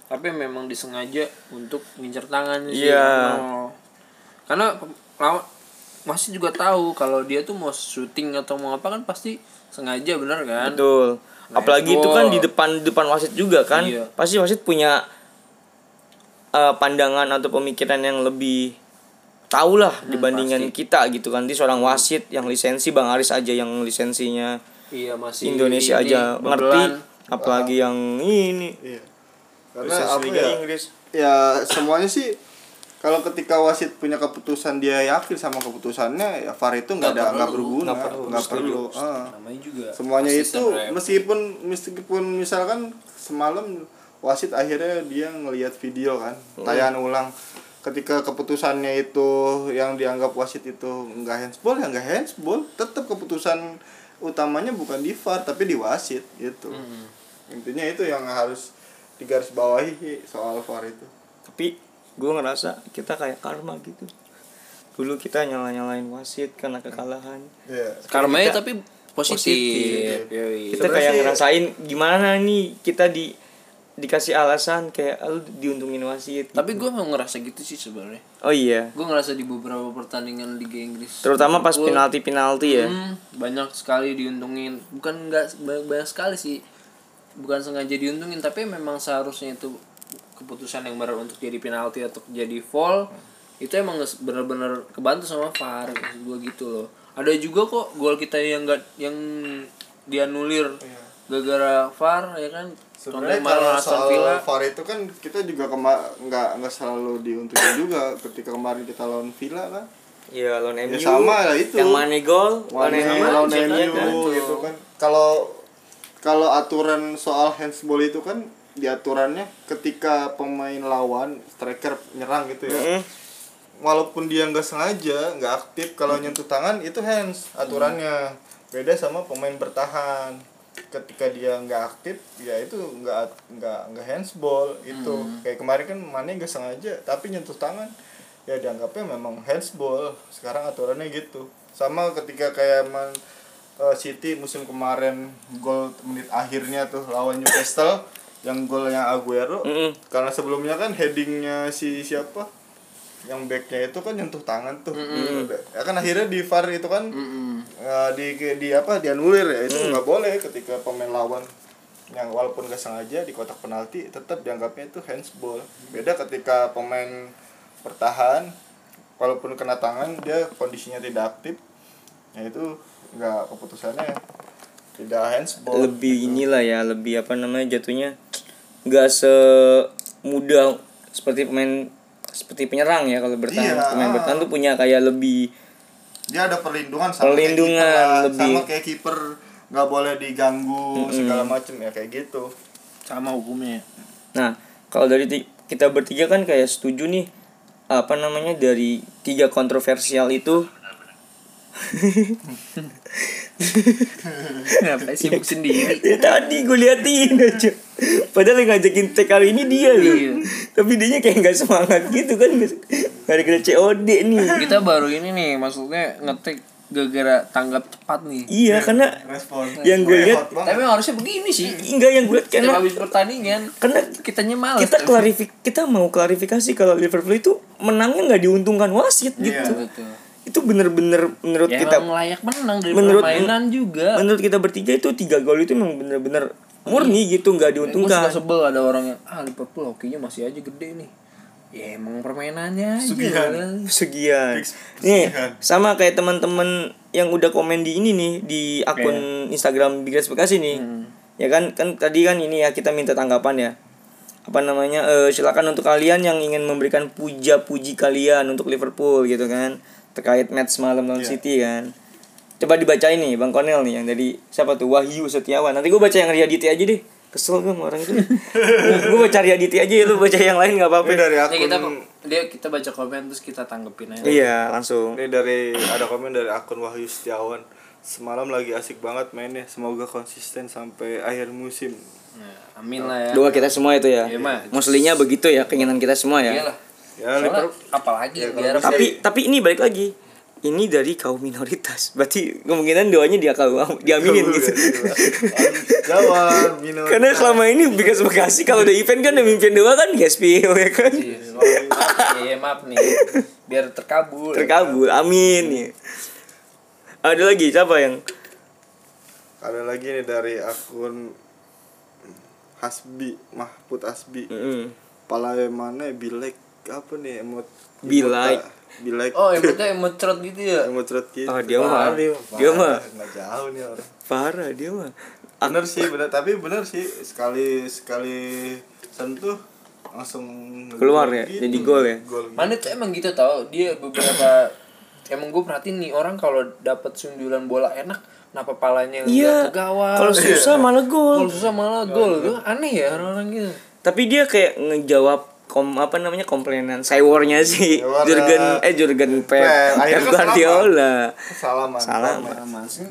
tapi memang disengaja untuk ngincer tangannya sih
Iya.
Arnold. karena pem- lawan masih juga tahu kalau dia tuh mau syuting atau mau apa kan pasti sengaja bener kan
Betul.
Nah,
Apalagi
itu-
itu kan di depan depan wasit juga kan.
Iya.
Pasti wasit punya eh, pandangan atau pemikiran yang lebih
Hmm,
tahu lah dibandingkan kita gitu kan. Di seorang wasit yang lisensi Bang Aris aja yang lisensinya
Iya masih
Indonesia
ini,
aja ngerti
bebelan.
apalagi yang ini
Iya. Karena
versus
apa
Liga
ya?
Inggris
ya semuanya sih kalau ketika wasit punya keputusan dia yakin sama keputusannya ya VAR itu nggak ada nggak berguna nggak perlu, Ah.
Namanya juga
semuanya itu
asisten ref.
meskipun meskipun misalkan semalam wasit akhirnya dia ngelihat video kan tayangan ulang ketika keputusannya itu yang dianggap wasit itu nggak handsball ya nggak handsball tetap keputusan utamanya bukan di VAR tapi di wasit gitu intinya itu yang harus digarisbawahi soal VAR itu
tapi gue ngerasa kita kayak karma gitu dulu kita nyala nyalain wasit karena kekalahan
Iya.
Karmanya
Kita-
tapi positif.
positif.
Yoi.
kita
Sebenarnya
kayak
sih-
ngerasain gimana nih kita di dikasih alasan kayak lu diuntungin wasit
Tapi gue mau ngerasa gitu sih sebenarnya.
oh iya
Gue ngerasa di beberapa pertandingan Liga Inggris.
terutama pas
Liverpool,
penalti penalti ya
hmm, banyak sekali diuntungin. Bukan nggak banyak, banyak sekali sih. Bukan sengaja diuntungin, tapi memang seharusnya itu keputusan yang benar untuk jadi penalti atau jadi foul itu emang nges- bener-bener kebantu sama VAR maksud gue gitu loh. Ada juga kok gol kita yang nggak yang dianulir gara-gara VAR ya kan.
Iya. sebenarnya
Contohnya
kalau
kemarin Aston
soal
Villa.
VAR itu kan kita juga kema nggak nggak selalu diuntungkan juga ketika kemarin kita lawan Villa kan
Iya lawan MU.
sama lah itu.
Yang Mane gol, lawan
Mane
MU.
lawan
aja kan,
MU
kan.
gitu kan kalau kalau aturan soal handsball itu kan di aturannya ketika pemain lawan striker nyerang gitu ya
Mm-mm.
walaupun dia nggak sengaja nggak aktif kalau nyentuh tangan itu hands aturannya beda sama pemain bertahan ketika dia nggak aktif ya itu nggak nggak nggak handsball itu kayak kemarin kan Mane nggak sengaja tapi nyentuh tangan ya dianggapnya memang handsball sekarang aturannya gitu sama ketika kayak man eh, City musim kemarin gol menit akhirnya tuh lawan Newcastle yang golnya Aguero
Mm-mm.
karena sebelumnya kan headingnya si siapa yang backnya itu kan nyentuh tangan tuh ya kan akhirnya di VAR itu kan eh, di di apa dianulir ya itu nggak boleh ketika pemain lawan yang walaupun nggak sengaja di kotak penalti tetap dianggapnya itu handsball beda ketika pemain bertahan walaupun kena tangan dia kondisinya tidak aktif ya itu nggak keputusannya tidak handsball
Lebih inilah ya, lebih apa namanya jatuhnya nggak semudah seperti pemain seperti penyerang ya kalau bertahan.
Iya.
Pemain bertahan tuh punya kayak lebih
dia ada perlindungan sama kayak kiper
Perlindungan
lah.
lebih.
sama kayak kiper nggak boleh diganggu segala macem ya kayak gitu
sama hukumnya. ya.
Nah, kalau dari ti- kita bertiga kan kayak setuju nih apa namanya dari tiga kontroversial itu Hmm.
Kenapa sibuk sendiri?
Ya, tadi gue liatin aja padahal yang ngajakin tag kali ini dia loh
Iya.
tapi dia kayak nggak semangat gitu kan gara-gara COD nih
Kita baru ini nih maksudnya ngetik gara-gara tanggap cepat nih.
Iya karena
respon
Yang gue lihat-
Repot banget.
Tapi emang harusnya begini sih.
enggak yang gue liat
Karena
karena
habis pertandingan
karena
kitanya malas.
kita klarifik kita mau klarifikasi kalau Liverpool itu menangnya nggak diuntungkan wasit gitu.
Iya, Betul.
Itu bener-bener menurut
Ya
kita
emang layak menang dari
Menurut-
permainan juga.
menurut kita bertiga itu tiga gol itu memang bener-bener murni gitu nggak
Gue suka
diuntungkan.
sebel ada orang yang ah Liverpool hokinya masih aja gede nih. Ya emang permainannya aja.
Sugihan.
Sekian.
Fix-
Nih
sekian.
sama kayak teman-teman yang udah komen di ini nih di
Iya.
akun Instagram Big Reds Bekasi nih.
Hmm.
Ya kan kan tadi kan ini ya kita minta tanggapan ya. Apa namanya? eh, silakan untuk kalian yang ingin memberikan puja-puji kalian untuk Liverpool gitu kan terkait match malam lawan
Iya.
City kan. Coba dibacain nih Bang Konel nih yang dari siapa tuh Wahyu Setiawan. Nanti gue baca yang Ria Diti aja deh. Kesel gue sama orang itu. gue baca Ria Diti aja ya, lu baca yang lain
Ini
nggak apa-apa.
dari
Ini
akun
kita dia kita baca komen terus kita tanggepin aja.
Iya, langsung.
ini dari ada komen dari akun Wahyu Setiawan semalam lagi asik banget mainnya semoga konsisten sampai akhir musim
Nah, amin lah ya.
doa kita semua itu ya
Iya, Ma.
muslinya begitu ya keinginan kita semua ya
Iyalah.
ya
Soalnya
Liverpool
apalagi
Ya, kalau
biar
bisa-
tapi tapi ini balik lagi ini dari kaum minoritas berarti kemungkinan doanya dia kau diaminin gitu
Jawa minum
karena selama ini bekas bekasi kalau ada event kan yang mimpin doa kan GSPO ya kan
Iya, maaf nih, maaf nih. Biar terkabul.
terkabul amin ya. ada lagi siapa yang
ada lagi nih dari akun Hasbi Mahput Hasbi
Mm-mm.
Palaya mana bilek apa nih emot
Bilek.
emota-
Bilek.
Oh, emotnya emot cerot gitu ya.
Yang mucrat gitu.
Ah, dia mah. Dia mah
Nggak jauh nih orang.
parah dia mah.
Bener sih, bener. Tapi bener sih sekali sekali sentuh langsung gitu.
Keluar ya, jadi gol ya.
Gol.
Mana tuh emang gitu tau dia beberapa emang gue perhatiin nih orang kalau dapat sundulan bola enak kenapa palanya nggak
Iya.
ke gawang
Kalau susah malah
kalau
gol.
susah malah gol tuh aneh ya orang-orang gitu
Tapi dia kayak ngejawab kom apa namanya komplainan cywornya sih
Saiwornya.
Jurgen eh Jurgen Pep
Pep, akhirnya
Pep
kan
Guardiola
Salaman.
salah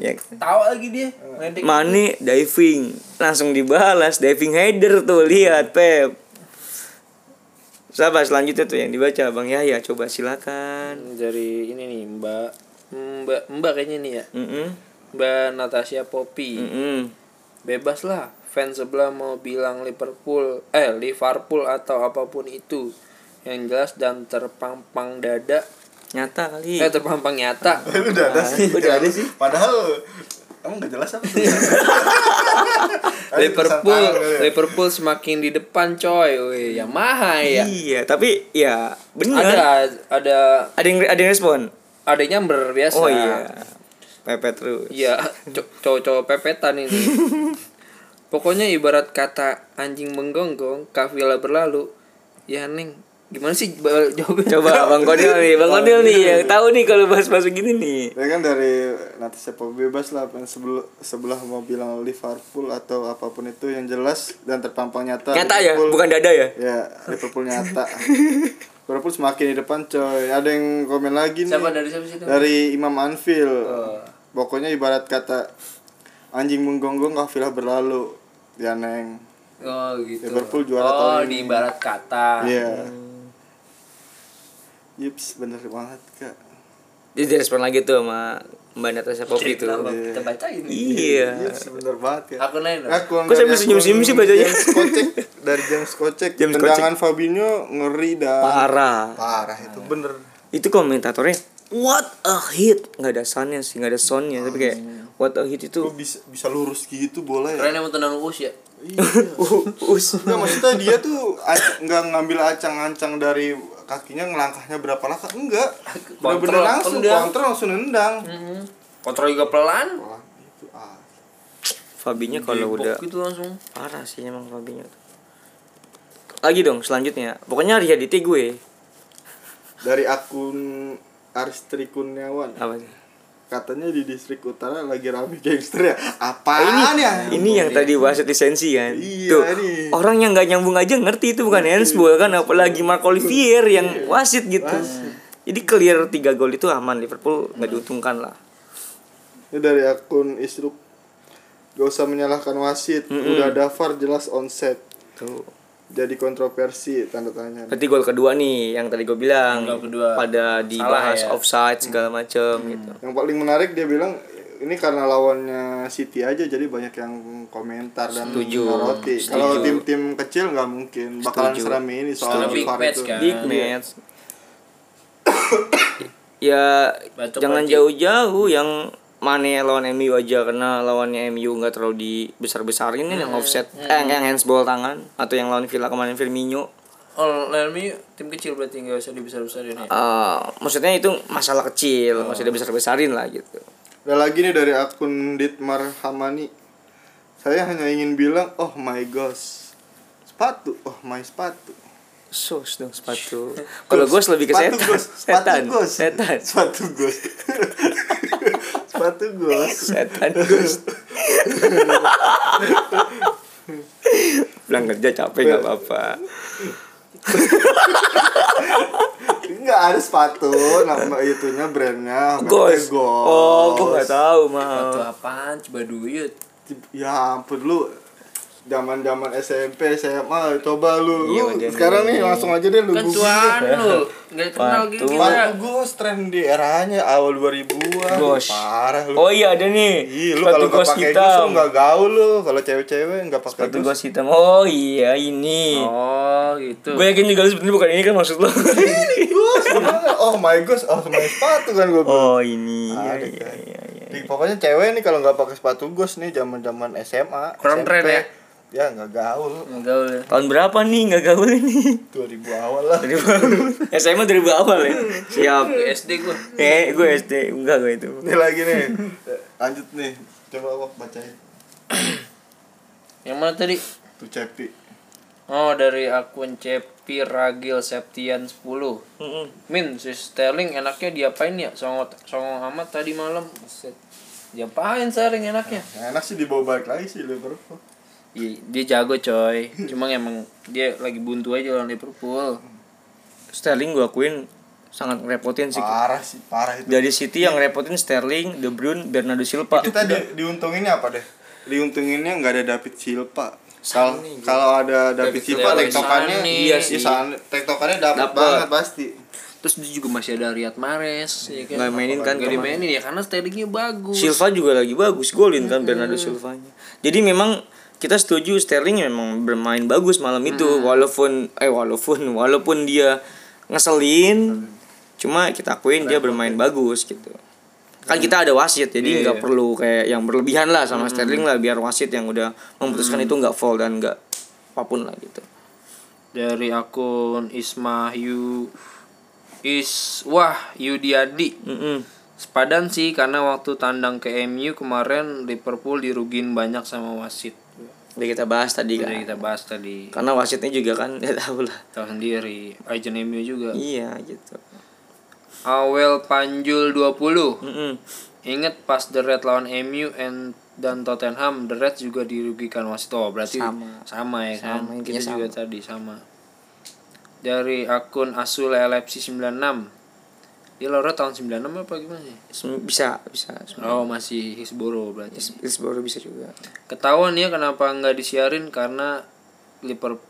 ya
tawa lagi dia ngedek
Mane diving langsung dibalas diving header tuh lihat Pep sahabat selanjutnya tuh yang dibaca Bang Yahya coba silakan
dari ini nih Mbak Mbak Mbak kayaknya nih ya
Mm-mm.
Mbak Natasha Poppy
Mm-mm.
bebas lah fans sebelah mau bilang Liverpool eh Liverpool atau apapun itu yang jelas dan terpampang dada
nyata kali
eh terpampang nyata
Udah ada sih.
udah ada sih.
Padahal emang gak jelas apa tuh. Ada tulisan
Liverpool
tangan kali ya.
Liverpool semakin di depan coy Wih, Yamaha ya
iya tapi ya benar ada
ada ada
ada yang ada yang respon
ada nyamber biasa
oh iya Pepe terus
Iya, co- cowok-cowok pepetan ini. Pokoknya ibarat kata anjing menggonggong, kafila berlalu. Ya neng, gimana sih ba- jawabnya?
coba Bang Kodil nih Bang Kodil nih yang tahu nih kalau bahas-bahas begini nih
Ya kan dari nanti siapa bebas lah apa yang sebelum sebelah mau bilang Liverpool atau apapun itu yang jelas dan terpampang nyata.
nyata ya
Liverpool-
bukan dada ya
Ya Liverpool nyata. Liverpool semakin di depan coy. Ada yang komen lagi nih.
Siapa dari siapa sih? itu?
Dari Imam Anfield.
Oh.
Pokoknya ibarat kata anjing menggonggong kafilah berlalu. Ya neng.
Oh gitu.
Liverpool juara
oh,
tahun
di
ini.
ibarat kata.
Iya.
Hmm.
Yips, bener banget kak.
dia direspon lagi tuh sama Mbak Natasha Poppy tuh
Kenapa kita bacain?
iya
Yips, bener banget ya.
Aku nanya. dong.
Aku
Kok sambil senyum-senyum sih bacanya?
James Kocek dari James Kocek.
James
Tendangan Fabinho ngeri dan
parah
parah itu bener.
itu komentatornya what a hit nggak ada soundnya sih nggak ada soundnya tapi kayak what a
Lu
hit itu
bisa bisa lurus gitu bola ya.
Keren emang tenang us ya.
Iya.
us
Nggak, maksudnya dia tuh ac- nggak ngambil acang-ancang dari kakinya ngelangkahnya berapa langkah enggak bener-bener
Kontrol,
langsung
tendang.
kontrol langsung nendang
Kontrol juga pelan.
Wah, itu ah
Fabinya kalau
Gebok
udah
gitu langsung.
parah sih emang Fabinya tuh lagi dong selanjutnya pokoknya Riyaditi gue
dari akun Aristri Kurniawan
apa sih
katanya di distrik utara lagi rame gangster ya apaan ya
ini yang tadi bahas lisensi kan
Iya,
tuh
ini.
orang yang nggak nyambung aja ngerti itu bukan handsball kan apalagi Marco Olivier yang wasit gitu jadi clear tiga gol itu aman Liverpool nggak diuntungkan lah
Ini dari akun Isruk. Gak usah menyalahkan wasit, udah ada VAR jelas onset.
tuh
Jadi kontroversi tanda tanya.
berarti gol kedua nih yang tadi gue bilang
Gol kedua.
pada dibahas
ya.
offside segala macem gitu
Yang paling menarik dia bilang ini karena lawannya City aja jadi banyak yang komentar dan
Setuju.
menyoroti.
Setuju.
Kalau tim-tim kecil nggak mungkin bakalan
Setuju.
serame ini soal
Setuju. Big
VAR
match
itu.
kan.
big match ya
Batuk
jangan
lagi.
jauh-jauh yang Mane lawan MU aja karena lawannya MU nggak terlalu dibesar-besarin ini yang offset eh yang handsball tangan atau yang lawan Villa kemarin Firmino
Oh, Lermi tim kecil berarti nggak usah dibesar-besarin ya.
Eh, maksudnya itu masalah kecil maksudnya besar-besarin lah gitu
Ada lagi nih dari akun Ditmar Hamani. Saya hanya ingin bilang, oh my gosh, sepatu, oh my sepatu.
sus dong sepatu kalau gue lebih ke setan
Sepatu gos,
setan
sepatu gos.
setan
Sepatu gos. sepatu gos.
setan Gus. Pulang kerja capek nggak apa-apa.
Enggak ada sepatu nama itunya brandnya
Gos. Oh, gue nggak tahu
Waktu
mah.
apaan? Coba duit.
Ya ampun lu zaman-zaman SMP SMA coba lu,
Iya,
Lu
udah
sekarang nih langsung aja deh lu
Kan
googling.
cuan lu. Nggak kenal gitu.
Sepatu gos tren di eranya awal 2000-an
Gos.
parah lu
Oh iya ada nih.
Ih, lu
sepatu
kalau nggak
gos
pakai gos
hitam.
lu nggak gaul lu kalau cewek-cewek nggak pakai
Sepatu
gos
gos hitam. Oh iya ini.
Oh, gitu.
Gue yakin juga lu sebenarnya bukan ini kan maksud lo.
gos gimana? oh my gos oh my sepatu kan gue
oh ini. Iya
Ada,
iya
kan?
iya. iya.
Di- pokoknya cewek nih kalau nggak pakai sepatu gos nih zaman zaman SMA
Kurang
SMP,
tren ya?
ya nggak gaul
gaul ya.
Tahun berapa nih nggak gaul ini?
2000 awal lah
2000 SMA 2000 awal ya. Siap.
SD gua.
Eh, gue SD enggak gue itu.
ini lagi nih lanjut nih coba awak bacain
Yang mana tadi?
tuh cepi
Oh, dari akun Cepi Ragil Septian 10.
Mm-mm.
Min, si Sterling enaknya diapain ya? Songong songong amat tadi malam. Buset. Diapain Sterling enaknya?
yang Ya, enak sih dibawa balik lagi sih Liverpool
Ah. Iya, dia jago coy. Cuma emang dia lagi buntu aja lawan Liverpool.
Sterling gue akuin sangat ngerepotin sih.
parah sih parah itu
Dari City yang ngerepotin Sterling, De Bruyne, Bernardo Silva.
kita di, diuntunginnya apa deh diuntunginnya nggak ada David Silva kalau kalau ada David, Silva
Silva,
tektokannya
Sane.
iya sih Sane- tektokannya dapat
Dapet.
banget pasti
Terus dia juga masih ada Riyad Mahrez, ya kan?
Nggak mainin kan
Nggak
kemarin.
dimainin ya karena Sterlingnya bagus.
Iya. Silva juga lagi bagus golin kan Bernardo Silvanya. Jadi memang kita setuju Sterling memang bermain bagus malam itu walaupun eh walaupun walaupun dia ngeselin cuma kita akuin dia bermain bagus gitu. Kan kita ada wasit jadi nggak perlu kayak yang berlebihan lah sama Sterling lah biar wasit yang udah memutuskan itu nggak foul dan nggak apapun lah gitu.
Dari akun Ismahyu Is Wah Yudiadi.
Mm-mm.
Sepadan sih karena waktu tandang ke MU kemarin Liverpool dirugin banyak sama wasit.
Udah kita bahas tadi
Udah
kan.
kita bahas tadi.
Karena wasitnya juga kan ya tahu lah.
Tahu sendiri, agent MU juga.
Iya gitu.
Awel Panjul 20.
Mm-mm.
Ingat pas The Red lawan MU and dan Tottenham, The Red juga dirugikan wasit. Oh, berarti
Sama.
sama ya kan?
Sama,
Kita
intinya
juga tadi sama. Dari akun Asul LFC 96. Dia loro tahun 96 apa gimana sih?
Sem- Bisa bisa.
Oh, masih Hisboro berarti.
baru bisa juga.
ketahuan ya kenapa nggak disiarin karena Liverpool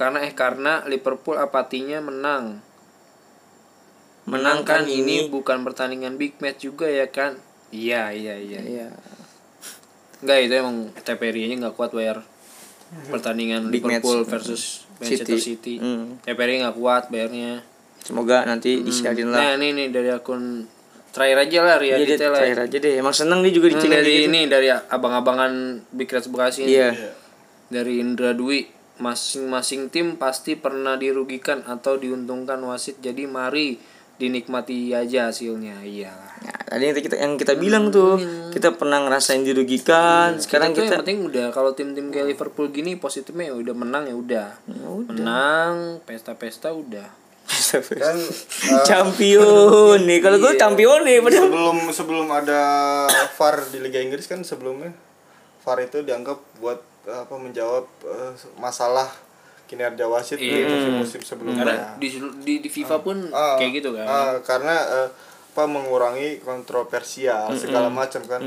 karena eh karena Liverpool apatinya menang
kan
menangkan ini bukan pertandingan big match juga ya kan iya iya iya
Iya.
nggak itu emang TPRI nya nggak kuat bayar pertandingan
Big match. Hmm.
Liverpool versus Manchester City,
Mm.
TPRI nggak kuat bayarnya
Semoga nanti disiarin lah.
nah ini nih dari akun terakhir aja lah Ria
Jadi
Dita lah ya.
terakhir aja deh. Emang seneng nih juga gitu.
Hmm,
dicek
dari ini dari abang-abangan Big Reds Bekasi ini.
Iya.
dari Indra Dwi masing-masing tim pasti pernah dirugikan atau diuntungkan wasit jadi mari dinikmati aja hasilnya Iya. iyalah
Nah, tadi yang kita yang kita bilang tuh, kita pernah ngerasain dirugikan. Sekarang
Hmm. Itu ya.
kita
yang penting udah kalau tim-tim kayak Liverpool gini positifnya ya udah menang ya udah menang pesta-pesta udah
dan
champion nih. Kalau
Iya.
gue champion
Iya,
nih, padahal
sebelum sebelum ada VAR di Liga Inggris kan sebelumnya VAR itu dianggap buat apa menjawab eh, masalah kinerja wasit di musim-musim
Ya.
sebelumnya.
di di, di FIFA pun
Ah,
kayak gitu kan
ah, karena eh, apa mengurangi kontroversial segala macam kan.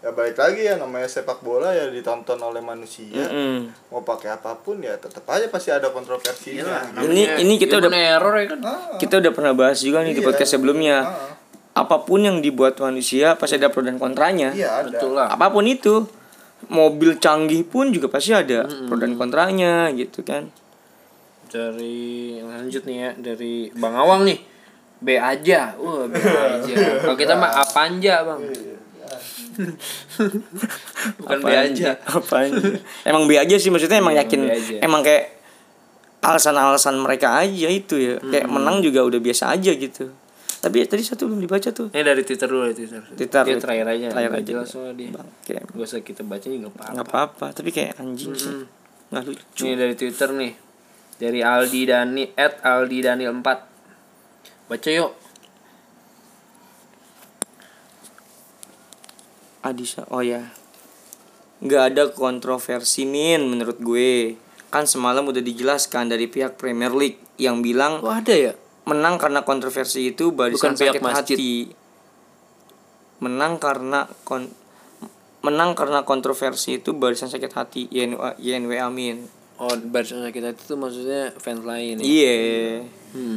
Ya balik lagi ya namanya sepak bola ya ditonton oleh manusia.
Mm.
Hmm.
Mau pakai apapun ya tetap aja pasti ada kontroversinya.
Hmm. ini
Iya.
ini kita udah
Human error ya kan
Ah.
kita udah pernah bahas juga nih di
Iya.
podcast sebelumnya. Apapun yang dibuat manusia pasti ada pro dan kontranya.
Iya ada.
betul lah
apapun itu mobil canggih pun juga pasti ada
Hmm.
pro dan kontranya gitu kan
dari lanjut nih ya dari Bang Awang nih B aja, wah B aja. Kalau kita mah apanja bang, bukan B
Apaan-
aja.
apaan? emang B aja sih maksudnya emang yakin
B aja.
emang kayak alasan-alasan mereka aja itu ya kayak
Hmm.
menang juga udah biasa aja gitu tapi tadi satu belum dibaca tuh
Ini dari Twitter dulu ya Twitter.
Twitter.
Dia terakhir aja.
Terakhir
nggak
aja.
Jelas soalnya dia.
Bang, kayak
Gak usah kita baca juga apa.
nggak apa-apa tapi kayak anjing sih nggak lucu
Hmm. Ini dari Twitter nih. Dari Aldi Dani at Aldi Daniel 4. Baca yuk.
Adisa oh ya nggak ada kontroversi min menurut gue kan semalam udah dijelaskan dari pihak Premier League yang bilang
Kok ada ya?
menang karena kontroversi itu barisan
Bukan pihak
sakit
masjid.
hati menang karena kon menang karena kontroversi itu barisan sakit hati YNW, YNW amin
Oh, barisan kita itu tuh maksudnya fans lain ya.
iya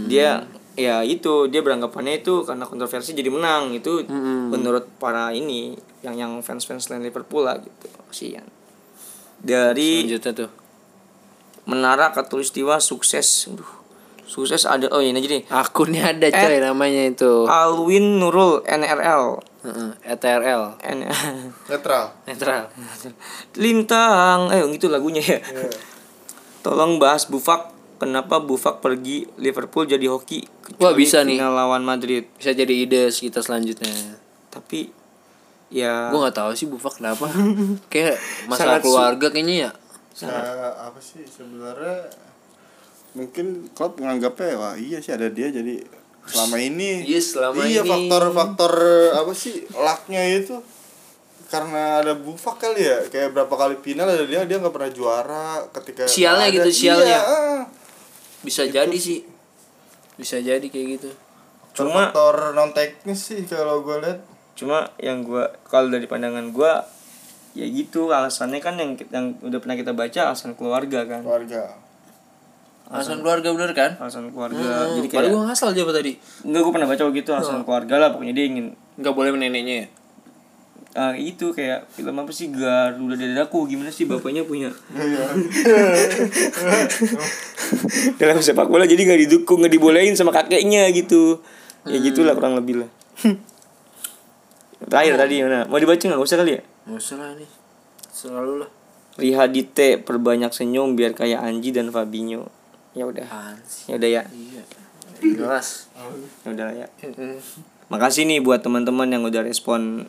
dia ya itu dia beranggapannya itu karena kontroversi jadi menang itu
Hmm.
menurut para ini yang yang fans fans lain Liverpool lah gitu kasihan dari
Lanjutnya tuh.
menara katulistiwa sukses Aduh, sukses ada oh ini aja nih
Eh. Ah. Akunnya ada coy namanya itu.
Alwin Nurul NRL
Heeh, ETRL
N-
netral
netral
Lintang, eh gitu lagunya ya.
Iya.
Tolong bahas Bufak, kenapa Bufak pergi Liverpool jadi hoki kecuali
Wah, bisa nih.
final lawan Madrid.
bisa jadi ide kita selanjutnya
Tapi ya
gue nggak tahu sih bufak kenapa kayak
Sangat
masalah
su-
keluarga kayaknya ya
Sa-
Nah.
apa sih sebenarnya mungkin klub menganggapnya wah iya sih ada dia jadi selama ini
Iya, selama
iya
ini.
faktor-faktor apa sih lucknya itu karena ada bufak kali ya kayak berapa kali final ada dia dia nggak pernah juara ketika
Sialnya
ada-
gitu, sialnya.
iya, ah.
bisa jadi sih bisa jadi kayak gitu
Cuma-
faktor non teknis sih kalau gue lihat
cuma yang gua kalau dari pandangan gua ya gitu alasannya kan yang yang udah pernah kita baca alasan keluarga kan.
keluarga
alasan keluarga bener kan
Alasan keluarga. Jadi kayak
Padahal Nah. gue ngasal aja apa tadi
enggak gua pernah baca waktu itu alasan keluarga lah pokoknya dia ingin
nggak boleh neneknya ya
ah itu kayak film apa sih Garuda Dadaku gimana sih bapaknya punya dalam sepak bola jadi nggak didukung nggak dibolehin sama kakeknya gitu ya gitulah kurang lebih lah terakhir tadi mana mau dibaca nggak usah kali ya
nggak usah lah nih selalu lah
Rihadite perbanyak senyum biar kayak Anji dan Fabinho ya udah
apaan sih
ya udah ya
iya jelas
ya udah lah ya makasih nih buat teman-teman yang udah respon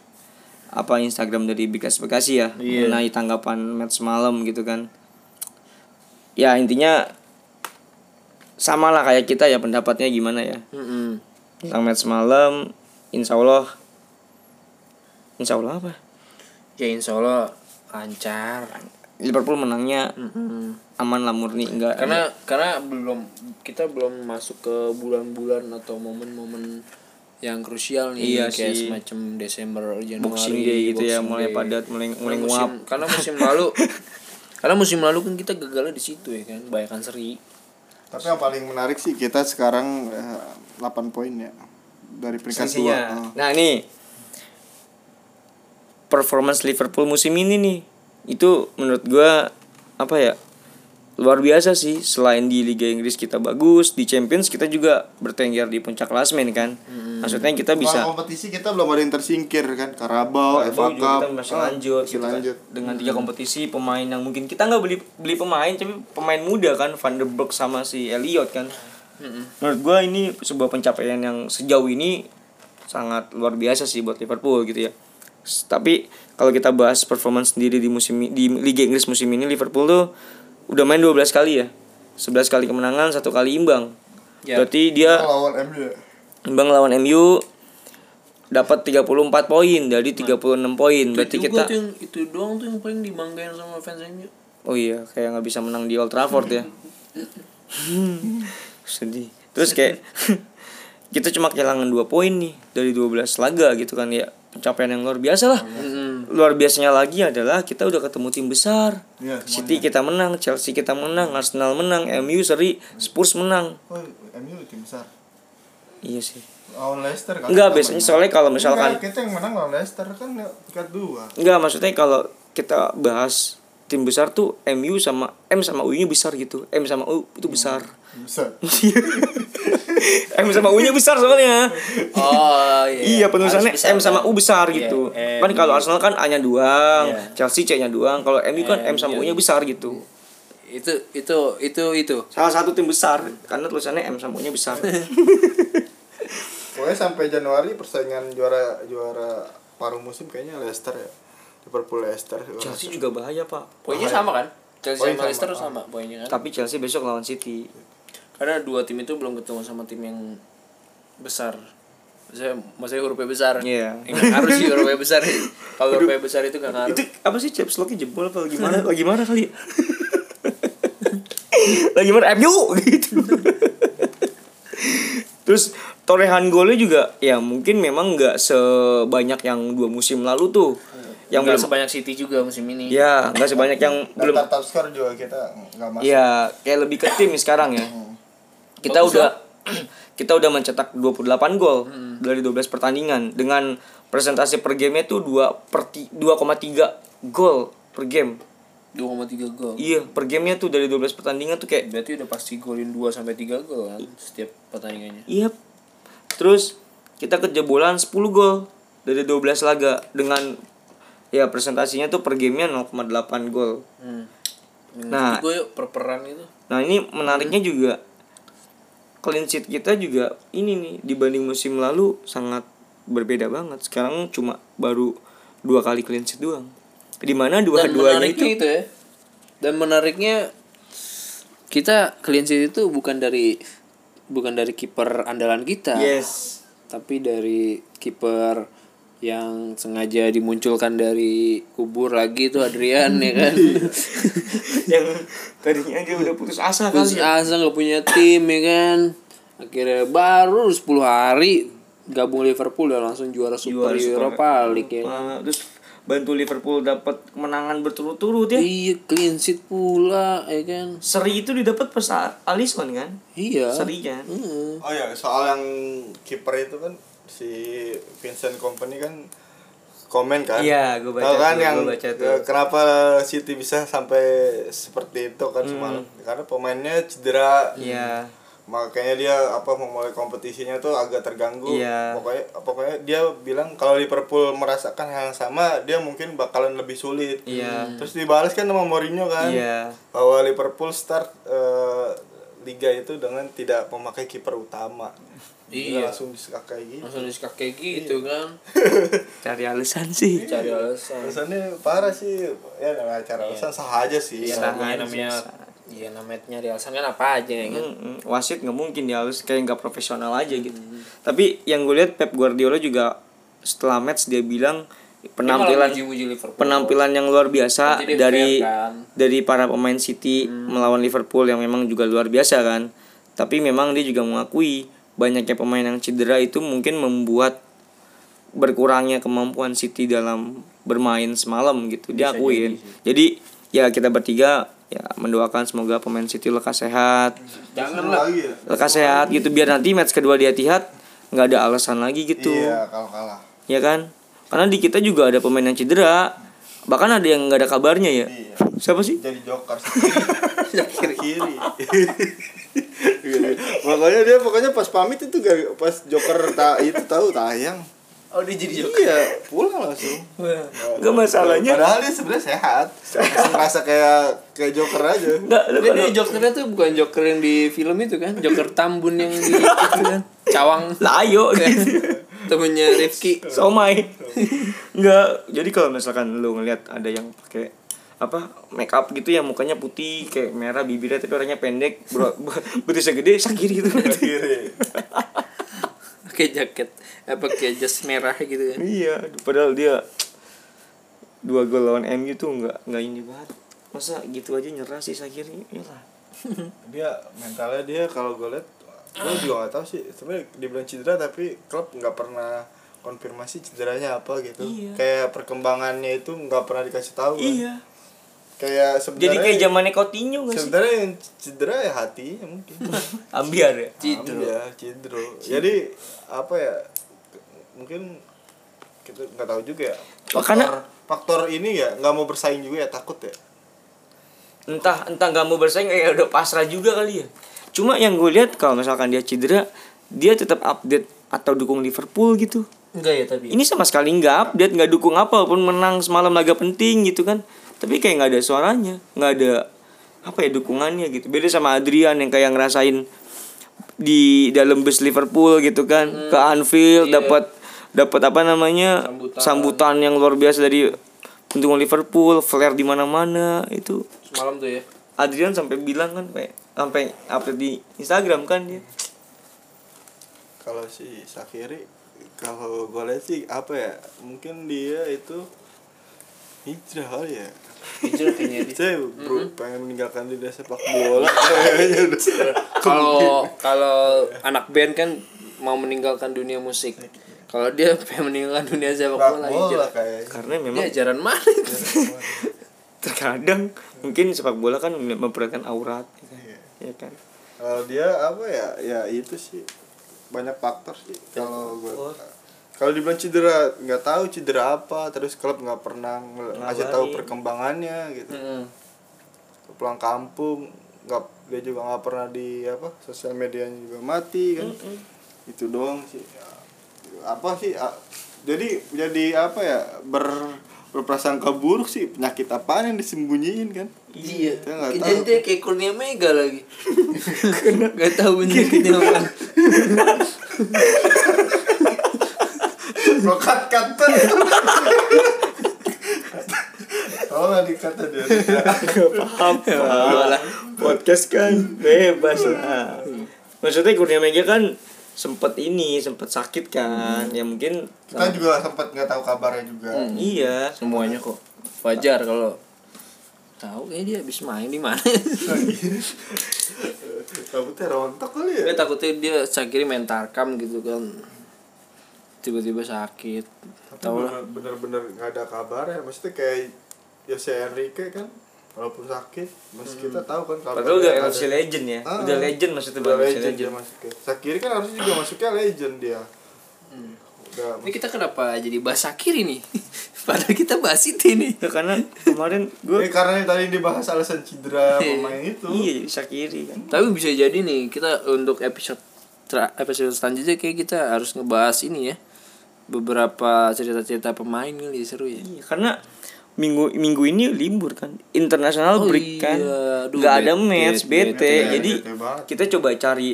apa Instagram dari Bikas Bekasi ya mengenai tanggapan match malam gitu kan ya intinya sama lah kayak kita ya pendapatnya gimana ya
Mm-mm.
tentang match malam Insya Allah Insya Allah apa
ya insya Allah lancar
Liverpool menangnya
Mm-mm.
aman lah murni enggak
Hmm. karena karena belum kita belum masuk ke bulan-bulan atau momen-momen yang krusial nih
Iya
kayak
sih.
semacam Desember Januari
boxing day gitu ya
Boxing
mulai
Day.
padat mulai mulai
karena musim,
nguap
karena musim lalu karena musim lalu kan kita gagalnya di situ ya kan bayangkan seri
tapi yang paling menarik sih kita sekarang eh, 8 poin ya dari peringkat dua
Selisihnya.
Ah.
Nah ini performance Liverpool musim ini nih itu menurut gua apa ya luar biasa sih selain di Liga Inggris kita bagus di Champions kita juga bertengger di puncak klasmen kan
Hmm.
maksudnya kita
Cuma
bisa
kompetisi kita belum ada yang tersingkir kan Karabau,
Itu
FA
juga
Cup
kita masih
Ah,
lanjut,
masih
gitu kan.
lanjut. Hmm.
dengan tiga kompetisi pemain yang mungkin kita nggak beli beli pemain tapi pemain muda kan Van der Berg sama si Elliot kan
Hmm.
menurut gua ini sebuah pencapaian yang sejauh ini sangat luar biasa sih buat Liverpool gitu ya S- tapi kalau kita bahas performance sendiri di musim i- di Liga Inggris musim ini Liverpool tuh udah main 12 kali ya 11 kali kemenangan satu kali imbang
Ya.
berarti dia
lawan MU ya?
imbang lawan MU dapat 34 poin dari 36 poin berarti
Nah, itu
kita
juga tuh yang itu doang tuh yang paling dibanggain sama fans MU
Oh iya, kayak nggak bisa menang di Old Trafford ya. Sedih. Terus kayak kita cuma kehilangan dua poin nih dari 12 laga gitu kan ya. Pencapaian yang luar biasa lah.
Hmm.
Luar biasanya lagi adalah kita udah ketemu tim besar.
Iya,
City kita menang, Chelsea kita menang, Arsenal menang, MU seri, Spurs menang.
Oh, MU tim besar.
Iya sih.
Lawan Leicester kan.
Enggak
kita
biasanya
menang.
soalnya kalau misalkan
Enggak, kita yang menang lawan Leicester kan ya peringkat dua.
Enggak maksudnya kalau kita bahas tim besar tuh MU sama M sama U-nya besar gitu. M sama U itu besar.
Besar.
M sama U-nya besar soalnya.
oh
Iya penulisannya M sama U besar gitu.
Iya,
kan kalau Arsenal kan A-nya doang,
Iya.
Chelsea C-nya doang. Kalau MU kan M sama
Iya.
U-nya besar gitu.
itu itu itu itu
Salah satu tim besar karena tulisannya M sama U-nya besar.
Pokoknya sampai Januari persaingan juara juara paruh musim kayaknya Leicester ya. Liverpool Leicester.
Chelsea juga bahaya, Pak.
poinnya sama kan Chelsea
Poin
sama
sama,
Leicester
ah.
sama poinnya kan
Tapi Chelsea besok lawan City.
karena dua tim itu belum ketemu sama tim yang besar saya maksudnya hurufnya besar
Iya.
Eh, nggak harus sih hurufnya besar kalau hurufnya besar itu nggak ngaruh
Itu apa sih caps locknya jebol apa gimana? Lagi marah kali. ya? Lagi marah MU gitu. Terus torehan golnya juga ya mungkin memang nggak sebanyak yang dua musim lalu tuh. Yang
yang
belum
sebanyak City juga musim ini
Ya, nggak sebanyak yang
belum
belum.
top score juga kita enggak masuk.
Ya, kayak lebih ke tim sekarang ya. Kita
Hmm. Bagus, ya?
udah kita udah mencetak 28 gol
Hmm.
dari 12 pertandingan dengan presentasi per game itu 2 per ti- 2,3 gol per game.
2,3 gol
Iya, per gamenya tuh dari 12 pertandingan tuh kayak
berarti udah pasti golin 2 sampai 3
iya.
gol kan setiap pertandingannya
Yep. Terus kita kejebolan 10 gol. dari 12 laga dengan ya presentasinya tuh per gamenya 0,8 gol. Nah,
Hmm. gue yuk perperan gitu. itu
Nah ini menariknya juga clean sheet kita juga ini nih dibanding musim lalu sangat berbeda banget. Sekarang cuma baru dua kali clean sheet doang. Dimana
dan
dua-duanya
menariknya
itu
itu ya dan menariknya kita clean sheet itu bukan dari bukan dari kiper andalan kita
yes
tapi dari kiper yang sengaja dimunculkan dari kubur lagi itu Adrian ya kan
Iya. yang tadinya dia udah putus asa
terus
kali. ya.
Asa nggak punya tim ya kan akhirnya baru 10 hari gabung Liverpool dan langsung juara Super
Juara Super
Europa League ya
Nah, terus bantu Liverpool dapat kemenangan berturut-turut ya.
iya clean sheet pula ya kan
Seri itu didapat pas Alisson kan?
iya
Seri kan?
Heeh.
Oh ya, soal yang kiper itu kan si Vincent Company kan komen kan?
Iya, gua baca
Tahu kan
tuh,
yang
gua baca tuh.
eh, kenapa City bisa sampai seperti itu kan semalam? Karena pemainnya cedera.
Hmm. Iya.
Makanya dia apa memulai kompetisinya tuh agak terganggu.
Iya.
Pokoknya pokoknya dia bilang kalau Liverpool merasakan hal yang sama, dia mungkin bakalan lebih sulit.
Iya.
Terus dibalas kan sama Mourinho kan?
Iya.
bahwa Liverpool start eh, liga itu dengan tidak memakai kiper utama.
Iya.
Dia langsung disekak kayak gitu.
langsung disekak kayak gitu kan
Cari alasan sih.
cari alasan
Alasannya parah sih. Ya namanya acara alasan sah aja sih.
iya namanya namanya iya namanya nyari alasan kan apa aja ya kan
Mm-mm. wasit nggak mungkin dia harus kayak nggak profesional aja gitu tapi yang gue lihat Pep Guardiola juga setelah match dia bilang penampilan
muji Liverpool
penampilan yang luar biasa
Nanti dia
dari
fair, kan? Mm.
dari para pemain City melawan Liverpool yang memang juga luar biasa kan tapi memang dia juga mengakui banyaknya pemain yang cedera itu mungkin membuat berkurangnya kemampuan City dalam bermain semalam gitu dia akuin jadi ya kita bertiga ya mendoakan semoga pemain City lekas sehat
Jangan lagi ya.
lekas sehat gitu biar nanti match kedua di Etihad nggak ada alasan lagi gitu
Iya, kalau kalah.
ya kan karena di kita juga ada pemain yang cedera bahkan ada yang nggak ada kabarnya ya
Iya.
siapa sih
Jadi joker
Ya,
kiri kiri. makanya dia pokoknya pas pamit itu gar- pas joker ta itu tahu tayang.
oh dia jadi
Iya, pulang langsung.
nggak masalahnya
Padahal dia sebenarnya sehat. Merasa kayak kayak joker aja.
nggak lu
Dia, dia
kalau-
jokernya tuh bukan joker yang di film itu kan Joker Tambun yang di itu kan Cawang
lah ayo gitu
temennya Rifki
somai nggak jadi kalau misalkan lu ngelihat ada yang pakai apa make up gitu ya mukanya putih kayak merah bibirnya tapi orangnya pendek bro betisnya gede sakit gitu
Kiri.
pakai jaket eh, pakai jas merah gitu kan
Iya, padahal dia dua gol lawan MU tuh nggak nggak ini banget. Masa gitu aja nyerah sih akhirnya iyalah.
dia mentalnya dia kalau gue liat gue juga gak tahu sih sebenarnya dibilang cedera tapi klub nggak pernah konfirmasi cederanya apa gitu
Iya.
kayak perkembangannya itu nggak pernah dikasih tahu kan. kayak
Jadi
sebenarnya
kayak zamannya Coutinho gak sih?
sebenarnya yang cedera ya hatinya mungkin
Ambiar ya.
Cidro.
ya cedera jadi apa ya ke- mungkin kita nggak tahu juga ya
Oh, karena-
faktor ini ya nggak mau bersaing juga ya takut ya
Entah entah nggak mau bersaing kayak udah pasrah juga kali ya. Cuma yang gue lihat kalau misalkan dia cedera, dia tetap update atau dukung Liverpool gitu.
enggak ya tapi
Ini sama sekali nggak update, nggak dukung apa pun menang semalam laga penting gitu kan. Tapi kayak nggak ada suaranya, nggak ada apa ya dukungannya gitu. Beda sama Adrian yang kayak ngerasain di dalam bus Liverpool gitu kan ke Anfield dapat dapat apa namanya
Sambutan.
Iya. sambutan yang luar biasa dari pendukung Liverpool, flare di mana-mana itu.
semalam tuh ya
Adrian sampai bilang kan kayak sampai update di Instagram kan dia.
kalau si Sakiri kalau gue lihat sih apa ya mungkin dia itu hijrah kali ya
Cidro kayaknya dia.
saya bro pengen meninggalkan dunia sepak bola kayaknya udah
kalau kalau anak band kan mau meninggalkan dunia musik kalau dia pengen meninggalkan dunia sepak
sepak
bola Iya.
bola
hijrah.
kayaknya
Karena memang
dia ajaran mana itu?
terkadang mungkin sepak bola kan memperhatikan aurat ya kan, ya kan?
kalau dia apa ya ya itu sih banyak faktor sih kalau gue kalau dibilang cedera nggak tahu cedera apa terus klub nggak pernah nge- ngasih tahu
Ngabarin.
perkembangannya gitu pulang kampung nggak dia juga nggak pernah di apa sosial medianya juga mati kan itu doang sih Ya, apa sih a- jadi jadi apa ya ber berprasangka buruk sih penyakit apaan yang disembunyiin kan
Iya.
Kita nggak
Kita dia kayak kurnia mega lagi. gak tahu penyakitnya apa.
Rokat kata Tolong nggak dikata dia
Apalah, podcast kan bebas lah. Maksudnya Kurnia Mega kan sempet ini, sempet sakit kan. Ya mungkin
Kita juga sempat nggak tahu kabarnya juga
iya.
Semuanya kok wajar kalau tahu kayak dia habis main di mana.
Rambutnya rontok kali ya
Gue takutnya dia sakitnya mentarkam gitu kan. Tiba-tiba sakit.
Tapi
Tahu lah.
bener- bener-bener nggak ada kabarnya Maksudnya kayak Jose Enrique kan Walaupun sakit Masih kita tahu kan kabarnya
Padahal udah
nggak ada.
LFC legend ya.
Ah.
Udah legend maksudnya
Udah
Bang,
legend, dia masuknya Sakiri kan harusnya juga masuknya legend dia Hmm. Udah
Ini kita kenapa jadi bahas sakit ini? Padahal kita bahas itu nih.
Ya karena kemarin gue
Eh karena tadi dibahas alasan cedera
Iya.
pemain itu
iya jadi Sakiri kan.
Tapi bisa jadi nih kita untuk episode tra- episode selanjutnya kayak kita harus ngebahas ini ya beberapa cerita-cerita pemain kali seru ya.
Iya, karena minggu minggu ini libur kan. Internasional
Oh
break kan.
iya, aduh,
Nggak ada
bete,
match
bete,
bete.
Iya, bete
Iya, Jadi
banget.
kita coba cari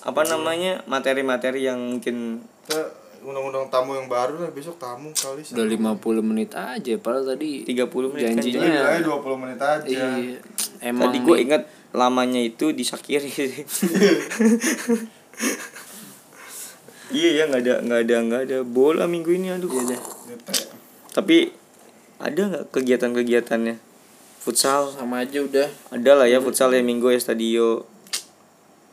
apa namanya materi-materi yang mungkin
Kita undang-undang tamu yang baru lah besok tamu kali sih.
Udah 50 menit aja padahal tadi
30 menit kan.
janjinya
Iya, 20 menit aja.
iya. Emang
Tadi gue
nih,
ingat lamanya itu di Sakiri. iya ya nggak ada nggak ada nggak ada bola minggu ini aduh.
Bete.
Tapi ada nggak kegiatan-kegiatannya? Futsal
sama aja udah
ada lah ya futsal ya minggu ya stadio.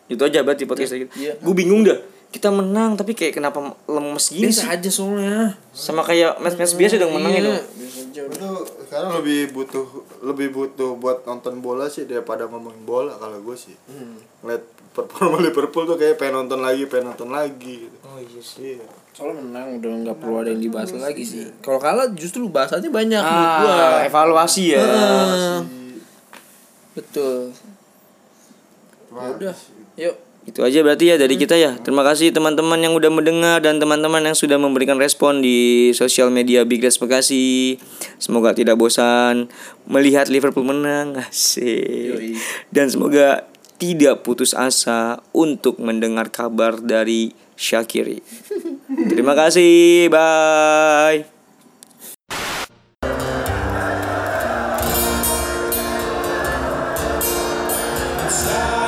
Itu aja berarti podcast kita.
Iya.
Gue bingung dah. Kita menang tapi kayak kenapa lemes gini sih? Iya.
biasa aja soalnya.
Sama kayak match-match biasa dong
Iya.
menangnya dong.
Biasa aja
Gue
udah.
tuh sekarang lebih butuh lebih butuh buat nonton bola sih daripada ngomongin bola kalau gue sih.
Hmm.
Ngeliat performa Liverpool tuh kayak pengen nonton lagi, pengen nonton lagi gitu.
Oh iya sih.
Iya.
Soalnya menang udah nggak perlu ada yang dibahas lagi sih. Kalau kalah justru bahasannya banyak menurut gua.
Ah, evaluasi ya.
Iya.
Betul.
Ya
Udah.
Iya.
Yuk.
Itu aja berarti ya
Hmm.
dari kita ya. Terima kasih teman-teman yang udah mendengar dan teman-teman yang sudah memberikan respon di sosial media Big Reds Bekasi. Semoga tidak bosan melihat Liverpool menang. Asik. Dan semoga tidak putus asa untuk mendengar kabar dari Syakiri. Terima kasih. Bye.
Inside